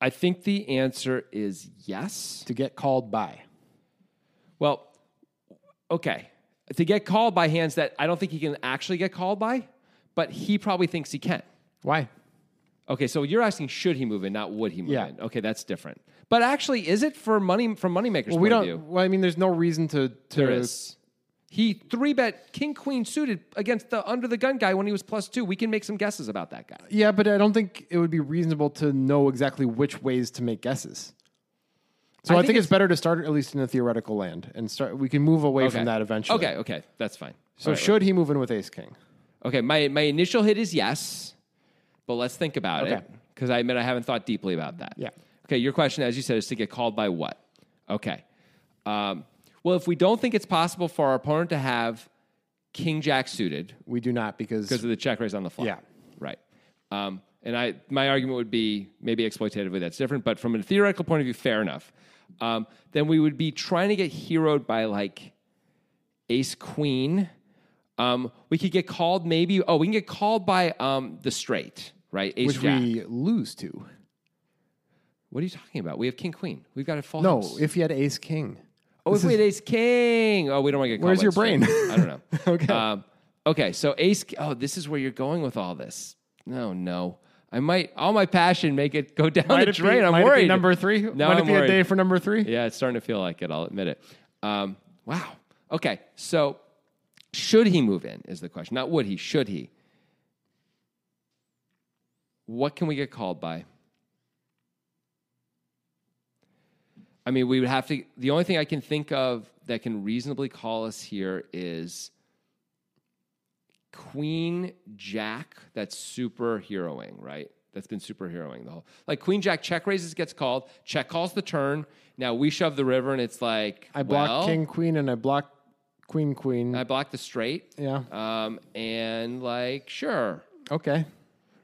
A: I think the answer is yes.
B: to get called by.
A: Well, okay. To get called by hands that I don't think he can actually get called by, but he probably thinks he can.
B: Why?
A: Okay, so you're asking should he move in, not would he move
B: Yeah.
A: in? Okay, that's different. But actually, is it for money from moneymakers?
B: Well, we
A: point
B: don't.
A: of view?
B: Well, I mean, there's no reason to. to
A: There is. He three bet king queen suited against the under the gun guy when he was plus two. We can make some guesses about that guy.
B: Yeah, but I don't think it would be reasonable to know exactly which ways to make guesses. So I, think, it's, better to start at least in a theoretical land and start. We can move away from that eventually.
A: Okay, okay, that's fine.
B: So
A: All right,
B: should he move in with Ace King?
A: Okay, my, my initial hit is yes, but let's think about
B: Okay.
A: it because I admit I haven't thought deeply about that.
B: Yeah.
A: Okay, your question, as you said, is to get called by what? Okay. Um, well, if we don't think it's possible for our opponent to have king jack suited
B: We do not because
A: because of the check raise on the flop.
B: Yeah.
A: Right. Um, and I, my argument would be maybe exploitatively that's different, but from a theoretical point of view, fair enough. Um, then we would be trying to get heroed by like ace queen. Um, we could get called maybe. Oh, we can get called by um, the straight, right? Ace
B: which
A: jack.
B: we lose to.
A: What are you talking about? We have king queen. We've got a full
B: No,
A: house.
B: if he had Ace King.
A: oh, if we had ace king. Oh, we don't want to get. called
B: Where's
A: by
B: your
A: the straight.
B: brain?
A: I don't know.
B: Okay.
A: Um, okay. So ace. Oh, this is where you're going with all this. No, no. I might all my passion make it go down the
B: it be-
A: drain. I'm
B: might it be
A: worried.
B: number three?
A: No,
B: might
A: I'm
B: it be
A: worried.
B: a day for number three?
A: Yeah, it's starting to feel like it. I'll admit it. Um, wow. Okay. So, should he move in is the question. Not would he, should he? What can we get called by? I mean, we would have to. The only thing I can think of that can reasonably call us here is Queen Jack. That's superheroing, right? That's been superheroing the whole. Like Queen Jack check raises, gets called. Check calls the turn. Now we shove the river, and it's like
B: I block
A: well, Uh,
B: King Queen and I block Queen Queen.
A: I block the straight.
B: yeah.
A: Um, and like sure,
B: Okay.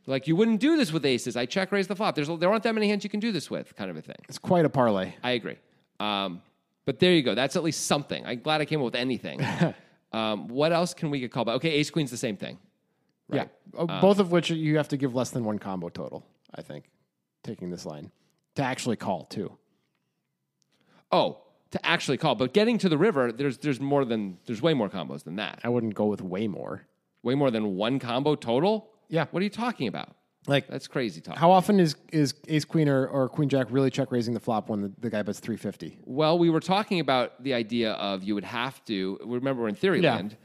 A: like you wouldn't do this with aces. I check raise the flop. There's there aren't that many hands you can do this with, kind of a thing.
B: It's quite a parlay.
A: I agree. Um, but there you go. That's at least something. I'm glad I came up with anything. um, what else can we get called by? Okay, ace queen's the same thing.
B: Yeah. Uh, Both of which you have to give less than one combo total, I think, taking this line to actually call, too.
A: Oh, to actually call. But getting to the river, there's there's more than there's way more combos than that.
B: I wouldn't go with way more.
A: Way more than one combo total.
B: Yeah.
A: What are you talking about?
B: Like,
A: That's crazy talk.
B: how often is, is Ace Queen or, or Queen Jack really check raising the flop when the, the guy bets 350?
A: Well, we were talking about the idea of you would have to remember we're in theory
B: Yeah.
A: land.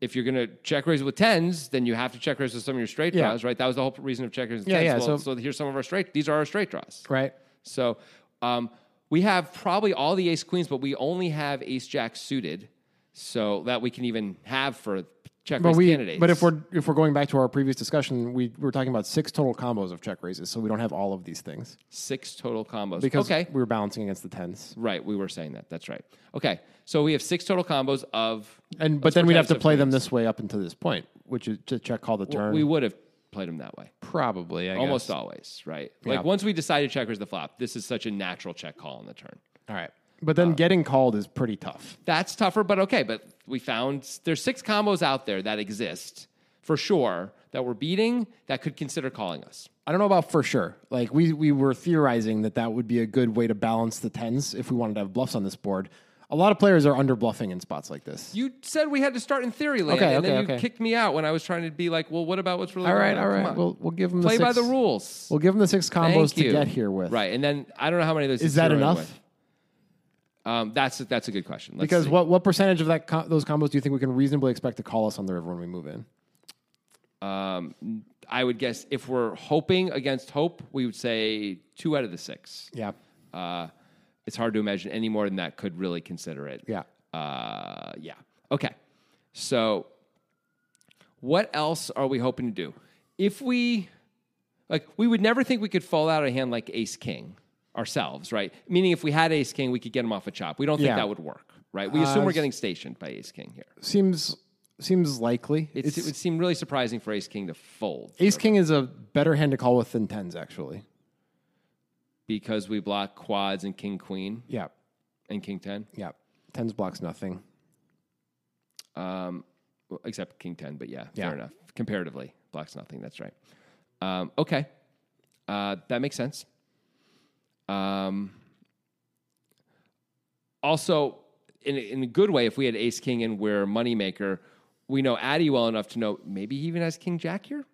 A: If you're going to check raise with tens, then you have to check raise with some of your straight
B: Yeah.
A: draws, right? That was the whole reason of check raise with
B: Yeah,
A: tens.
B: yeah,
A: Well,
B: so-
A: so here's some of our straight. These are our straight draws.
B: Right.
A: So um, we have probably all the ace queens, but we only have ace jack suited, so that we can even have for check
B: But
A: raise
B: we,
A: candidates.
B: but if we're if we're going back to our previous discussion, we we're talking about six total combos of check raises, so we don't have all of these things
A: six total combos,
B: because
A: okay,
B: we were balancing against the tens.
A: right, we were saying that. That's right. Okay, so we have six total combos of,
B: And but
A: let's
B: then we'd
A: pretend
B: have to
A: it's a
B: play
A: queen.
B: them this way up until this point, which is to check call the turn.
A: We would have played them that way.
B: probably I
A: Almost always, right? Like
B: Yeah.
A: once we decide to check raise the flop, this is such a natural check call on the turn.
B: All right, but then getting called is pretty tough.
A: That's tougher, but okay. But we found there's six combos out there that exist for sure that we're beating that could consider calling us.
B: I don't know about for sure. Like we we were theorizing that that would be a good way to balance the tens if we wanted to have bluffs on this board. A lot of players are under bluffing in spots like this.
A: You said we had to start in theory land,
B: Okay,
A: and then
B: okay,
A: you
B: okay.
A: kicked me out when I was trying to be like, "Well, what about what's really
B: all right,
A: going on?
B: all
A: Come
B: right.
A: on.
B: We'll we'll give them
A: play
B: the six,
A: by the rules."
B: We'll give them the six combos
A: Thank
B: to
A: you.
B: get here with.
A: right, and then I don't know how many of those
B: Is
A: you
B: that
A: zeroed
B: enough?
A: with. Um, that's that's a good question Let's
B: Because
A: see.
B: what what percentage of that co- those combos do you think we can reasonably expect to call us on the river when we move in?
A: um, I would guess if we're hoping against hope, we would say two out of the six.
B: Yeah,
A: Uh, it's hard to imagine any more than that could really consider it.
B: yeah.
A: Uh, yeah. Okay. So, what else are we hoping to do? If we, like, we would never think we could fall out a hand like Ace King ourselves, right? Meaning, if we had Ace King, we could get him off a chop. We don't think
B: Yeah. Uh,
A: that would work, right? We assume we're getting stationed by Ace King here.
B: Seems seems likely.
A: It's, it would seem really surprising for Ace King to fold
B: Ace King is a better hand to call with than tens, actually.
A: because we block quads and King Queen
B: Yeah,
A: and King Ten.
B: yeah. Tens blocks nothing.
A: Well, except King 10, but yeah,
B: Yeah.
A: fair enough. Comparatively, black's nothing. That's right. Um, okay. Uh, that makes sense. Um, also, in, in a good way, if we had ace king and we're a moneymaker, we know Addy well enough to know maybe he even has king jack here.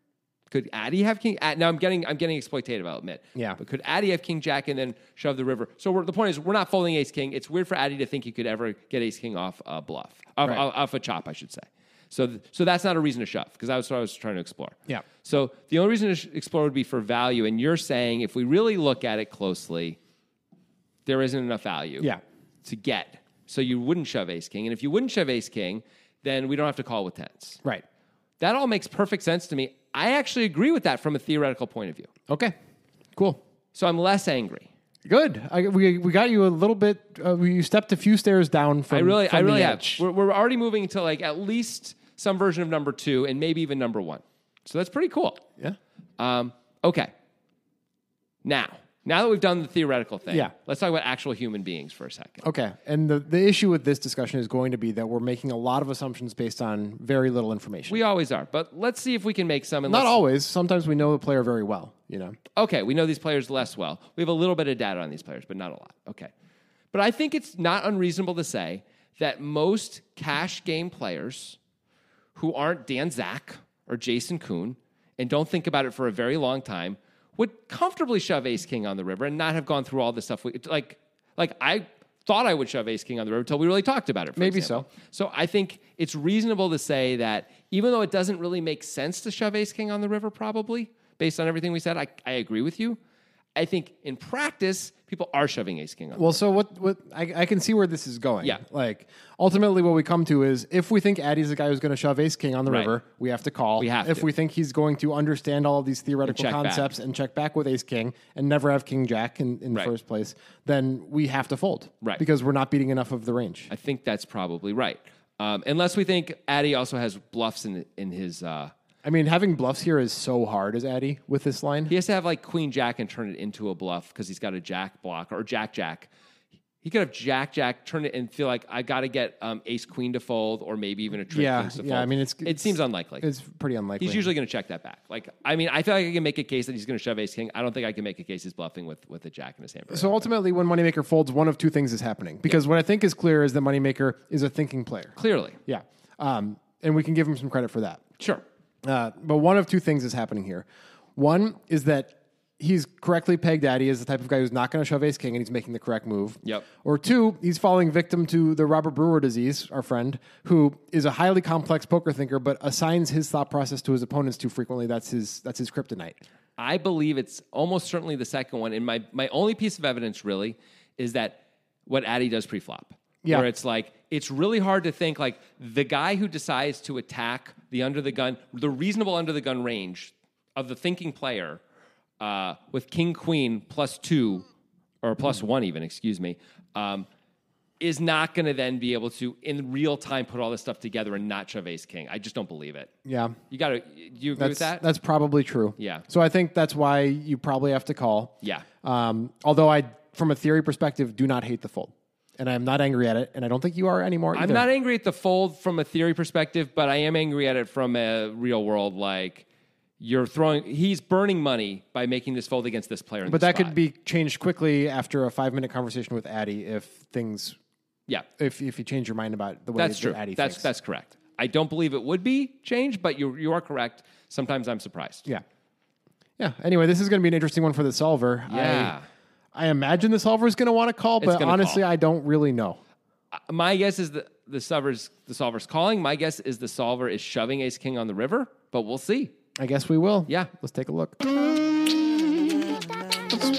A: Could Addy have king? Ad- now I'm getting I'm getting exploitative. I'll admit.
B: Yeah.
A: But could Addy have king jack and then shove the river? So we're, the point is, we're not folding ace king. It's weird for Addy to think he could ever get ace king off a bluff, off,
B: Right.
A: off, off a chop, I should say. So th- so that's not a reason to shove because that's what I was trying to explore.
B: Yeah.
A: So the only reason to sh- explore would be for value, and you're saying if we really look at it closely, there isn't enough value
B: Yeah.
A: to get. So you wouldn't shove ace king. And if you wouldn't shove ace king, then we don't have to call with tens.
B: Right.
A: That all makes perfect sense to me. I actually agree with that from a theoretical point of view.
B: Okay. Cool.
A: So I'm less angry.
B: Good. I, we, we got you a little bit. Uh, you stepped a few stairs down from.
A: I really,
B: from
A: I really
B: the
A: have.
B: edge.
A: We're, we're already moving to like at least some version of number two and maybe even number one. So that's pretty cool.
B: Yeah.
A: Um, okay. Now, now that we've done the theoretical thing,
B: Yeah.
A: let's talk about actual human beings for a second.
B: Okay. And the, the issue with this discussion is going to be that we're making a lot of assumptions based on very little information.
A: We always are, but let's see if we can make some. And
B: Not
A: let's-
B: always. Sometimes we know the player very well, you know.
A: okay, we know these players less well. We have a little bit of data on these players, but not a lot. Okay. But I think it's not unreasonable to say that most cash game players who aren't Dan Zach or Jason Kuhn and don't think about it for a very long time would comfortably shove Ace King on the river and not have gone through all the stuff. We, like, like I thought I would shove Ace King on the river until we really talked about it. For
B: Maybe
A: example. So I think it's reasonable to say that even though it doesn't really make sense to shove Ace King on the river, probably based on everything we said, I, I agree with you. I think in practice, people are shoving Ace King on. the
B: Well, so what? What I, I can see where this is going.
A: Yeah.
B: Like ultimately, what we come to is if we think Addy's the guy who's going to shove Ace King on the
A: Right.
B: river, we have to call.
A: We have
B: if
A: to.
B: we think he's going to understand all of these theoretical
A: And check back.
B: concepts and check back with Ace King and never have King Jack in, in
A: Right.
B: the first place, then we have to fold.
A: Right.
B: Because we're not beating enough of the range.
A: I think that's probably right. Um, unless we think Addy also has bluffs in in his. Uh,
B: I mean, having bluffs here is so hard as Addy with this line.
A: he has to have like Queen Jack and turn it into a bluff because he's got a Jack block or Jack Jack. He could have Jack Jack turn it and feel like I got to get um, Ace Queen to fold or maybe even a Trick
B: Yeah,
A: Kings to fold.
B: yeah, I mean, it's-
A: it seems unlikely.
B: It's pretty unlikely.
A: he's usually going to check that back. Like I mean, I feel like I can make a case that he's going to shove Ace King. I don't think I can make a case he's bluffing with with a Jack in his hand.
B: So ultimately, when Moneymaker folds, one of two things is happening. Because what I think is clear is that Moneymaker is a thinking player.
A: clearly,
B: Yeah. Um, and we can give him some credit for that.
A: sure,
B: Uh, but one of two things is happening here. One is that he's correctly pegged Addy as the type of guy who's not going to shove ace king and he's making the correct move.
A: Yep.
B: Or two, he's falling victim to the Robert Brewer disease, our friend, who is a highly complex poker thinker but assigns his thought process to his opponents too frequently. That's his that's his kryptonite.
A: I believe it's almost certainly the second one. And my, my only piece of evidence really is that what Addy does pre-flop,
B: Yeah.
A: where it's like it's really hard to think like the guy who decides to attack the under the gun, the reasonable under the gun range of the thinking player uh, with King Queen plus two or plus one even, excuse me. Um, is not going to then be able to in real time put all this stuff together and not shove ace king. I just don't believe it.
B: Yeah.
A: You got to. You agree with
B: That's
A: that?
B: that's probably true.
A: Yeah.
B: So I think that's why you probably have to call.
A: Yeah.
B: Um, although I from a theory perspective do not hate the fold. And I'm not angry at it, and I don't think you are anymore.
A: I'm
B: either.
A: not angry at the fold from a theory perspective, but I am angry at it from a real world. Like you're throwing, he's burning money by making this fold against this player. In
B: But
A: this
B: that
A: spot.
B: could be changed quickly after a five minute conversation with Addy if things
A: yeah,
B: if if you change your mind about the way
A: that's
B: that
A: true.
B: Addy
A: That's
B: thinks.
A: that's correct. I don't believe it would be changed, but you you are correct. Sometimes I'm surprised.
B: yeah. Yeah. Anyway, this is gonna be an interesting one for the solver.
A: Yeah.
B: I, I imagine the solver is gonna want to call, but
A: gonna
B: honestly
A: call.
B: I don't really know.
A: Uh, My guess is the the solver's the solver's calling. My guess is the solver is shoving Ace King on the river, but we'll see.
B: I guess we will.
A: Yeah.
B: Let's take a look.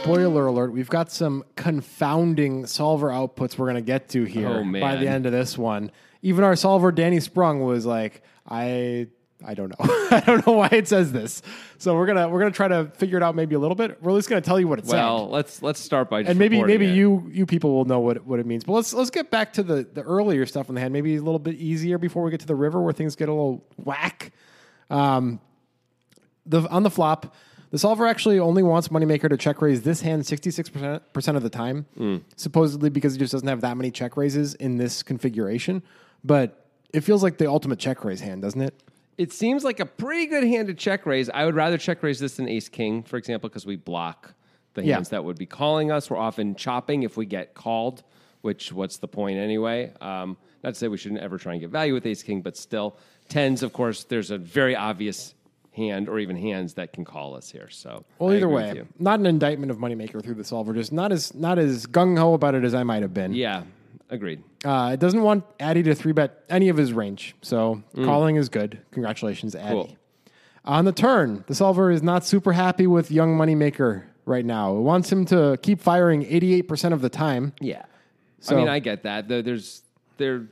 B: Spoiler alert, we've got some confounding solver outputs we're going to get to here
A: Oh,
B: by
A: man.
B: the end of this one. Even our solver, Danny Sprung, was like, I. I don't know. I don't know why it says this. So we're gonna we're gonna try to figure it out maybe a little bit. We're at least gonna tell you what it said,
A: Well, let's let's start by just
B: and maybe
A: reporting
B: maybe
A: it.
B: you you people will know what it, what it means. But let's let's get back to the the earlier stuff on the hand. Maybe a little bit easier before we get to the river where things get a little whack Um, the on the flop, the solver actually only wants moneymaker to check raise this hand 66% percent of the
A: Hmm.
B: time, supposedly because he just doesn't have that many check raises in this configuration. But it feels like the ultimate check raise hand, doesn't it?
A: It seems like a pretty good hand to check raise. I would rather check raise this than ace king, for example, because we block the
B: Yeah.
A: hands that would be calling us. We're often chopping if we get called, which what's the point anyway? Um, not to say we shouldn't ever try and get value with ace king, but still, tens, of course, there's a very obvious hand or even hands that can call us here. So,
B: Well,
A: I
B: either
A: agree with
B: way,
A: you.
B: not an indictment of Moneymaker through the solver, just not as not as gung ho about it as I might have been.
A: yeah, agreed.
B: Uh, it doesn't want Addy to three bet any of his range, so calling is good. Congratulations, Addy.
A: Mm. Cool.
B: On the turn, the solver is not super happy with Young Moneymaker right now. It wants him to keep firing 88% of the time.
A: Yeah.
B: So-
A: I mean, I get that. There- There's they're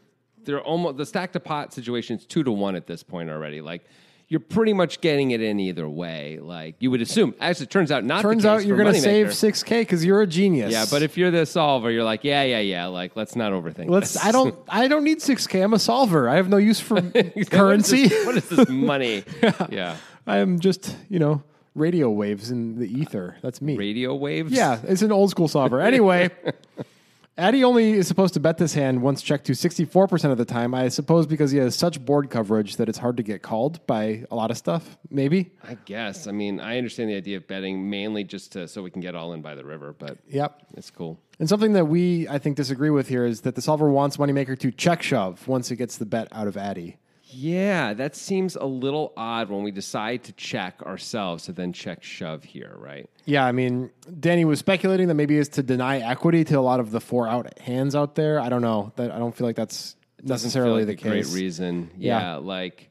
A: they're almost the stack to pot situation is two to one at this point already. Like you're pretty much getting it in either way. Like you would assume. Actually, it turns out not.
B: Turns
A: the
B: out
A: case
B: you're
A: going to
B: save 6K because you're a genius.
A: Yeah, but if you're the solver, you're like, yeah, yeah, yeah. Like let's not overthink.
B: Let's.
A: this.
B: I don't. I don't need six K. I'm a solver. I have no use for
A: What is
B: currency.
A: this- What is this money? yeah.
B: I am just you know radio waves in the ether. That's me.
A: Radio waves.
B: Yeah, it's an old school solver. Anyway, Addy only is supposed to bet this hand once checked to 64% of the time, I suppose because he has such board coverage that it's hard to get called by a lot of stuff, maybe.
A: I guess. I mean, I understand the idea of betting mainly just to so we can get all in by the river, but
B: Yep.
A: it's cool.
B: And something that we, I think, disagree with here is that the solver wants Moneymaker to check shove once it gets the bet out of Addy.
A: Yeah, that seems a little odd when we decide to check ourselves to then check shove here, right?
B: Yeah, I mean, Danny was speculating that maybe it's to deny equity to a lot of the four out hands out there. I don't know. That I don't feel like that's necessarily
A: Like
B: the
A: a
B: case.
A: Great reason.
B: Yeah.
A: Yeah, like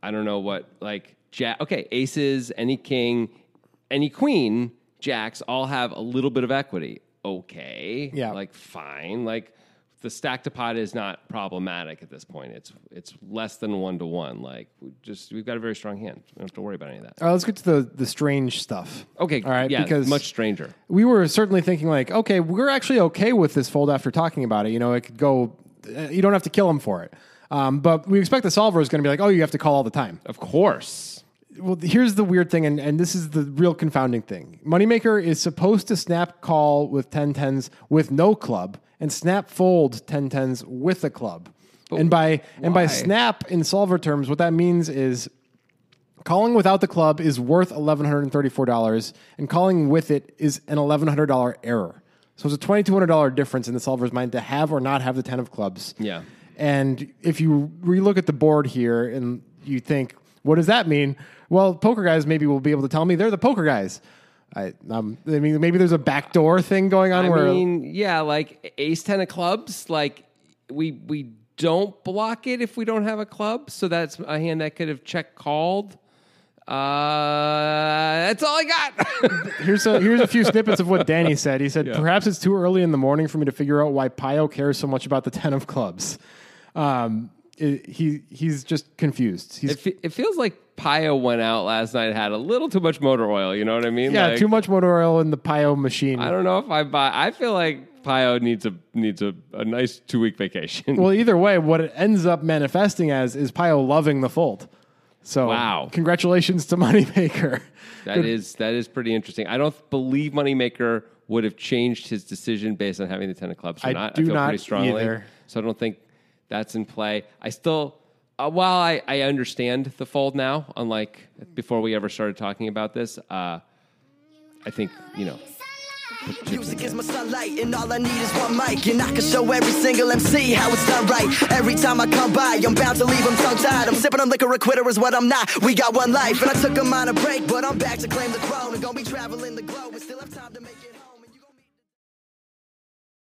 A: I don't know what like jack. Okay, aces, any king, any queen, jacks all have a little bit of equity. Okay,
B: Yeah.
A: like fine, like the stack to pot is not problematic at this point. It's it's less than one to one. Like we just we've got a very strong hand. We don't have to worry about any of that.
B: All right, let's get to the the strange stuff.
A: Okay,
B: All right,
A: yeah,
B: because
A: much stranger.
B: we were certainly thinking like, okay, we're actually okay with this fold after talking about it. You know, it could go. uh, You don't have to kill him for it. Um, but we expect the solver is going to be like, oh, you have to call all the time.
A: Of course.
B: Well, here's the weird thing, and, and this is the real confounding thing. Moneymaker is supposed to snap call with 10-10s with no club and snap fold 10-10s with a club. and by and by
A: why?
B: snap in solver terms, what that means is calling without the club is worth $1,134, and calling with it is an $1,100 error. So it's a $2,200 difference in the solver's mind to have or not have the 10 of clubs.
A: Yeah.
B: And if you relook at the board here and you think, what does that mean? Well, poker guys maybe will be able to tell me they're the poker guys. I, um, I mean, maybe there's a backdoor thing going on
A: I
B: where
A: mean, yeah, like ace ten of clubs, like we we don't block it if we don't have a club, so that's a hand that could have check called. Uh, that's all I got.
B: here's a here's a few snippets of what Danny said. He said, "Perhaps it's too early in the morning for me to figure out why Pio cares so much about the ten of clubs." Um, it- he he's just confused. He's
A: it, fe- it feels like Pio went out last night, had a little too much motor oil. You know what I mean?
B: yeah,
A: Like,
B: too much motor oil in the Pio machine.
A: I don't know if I buy. I feel like Pio needs a needs a, a nice two week vacation.
B: Well, either way, what it ends up manifesting as is Pio loving the fold. So,
A: Wow.
B: congratulations to Moneymaker.
A: That is that is pretty interesting. I don't believe Moneymaker would have changed his decision based on having the ten of clubs or
B: I
A: not.
B: do
A: I feel
B: not
A: pretty strongly.
B: either.
A: So I don't think that's in play. I still, uh, while I, I understand the fold now, unlike before we ever started talking about this, uh, I think you know
C: Music is my sunlight, and all I need is one mic. And I can show every single MC how it's done right. Every time I come by, I'm bound to leave them tongue tied. I'm sipping on liquor, a quitter is what I'm not. We got one life, and I took a minor break, but I'm back to claim the throne. And gonna be traveling the globe, and still have time to make it.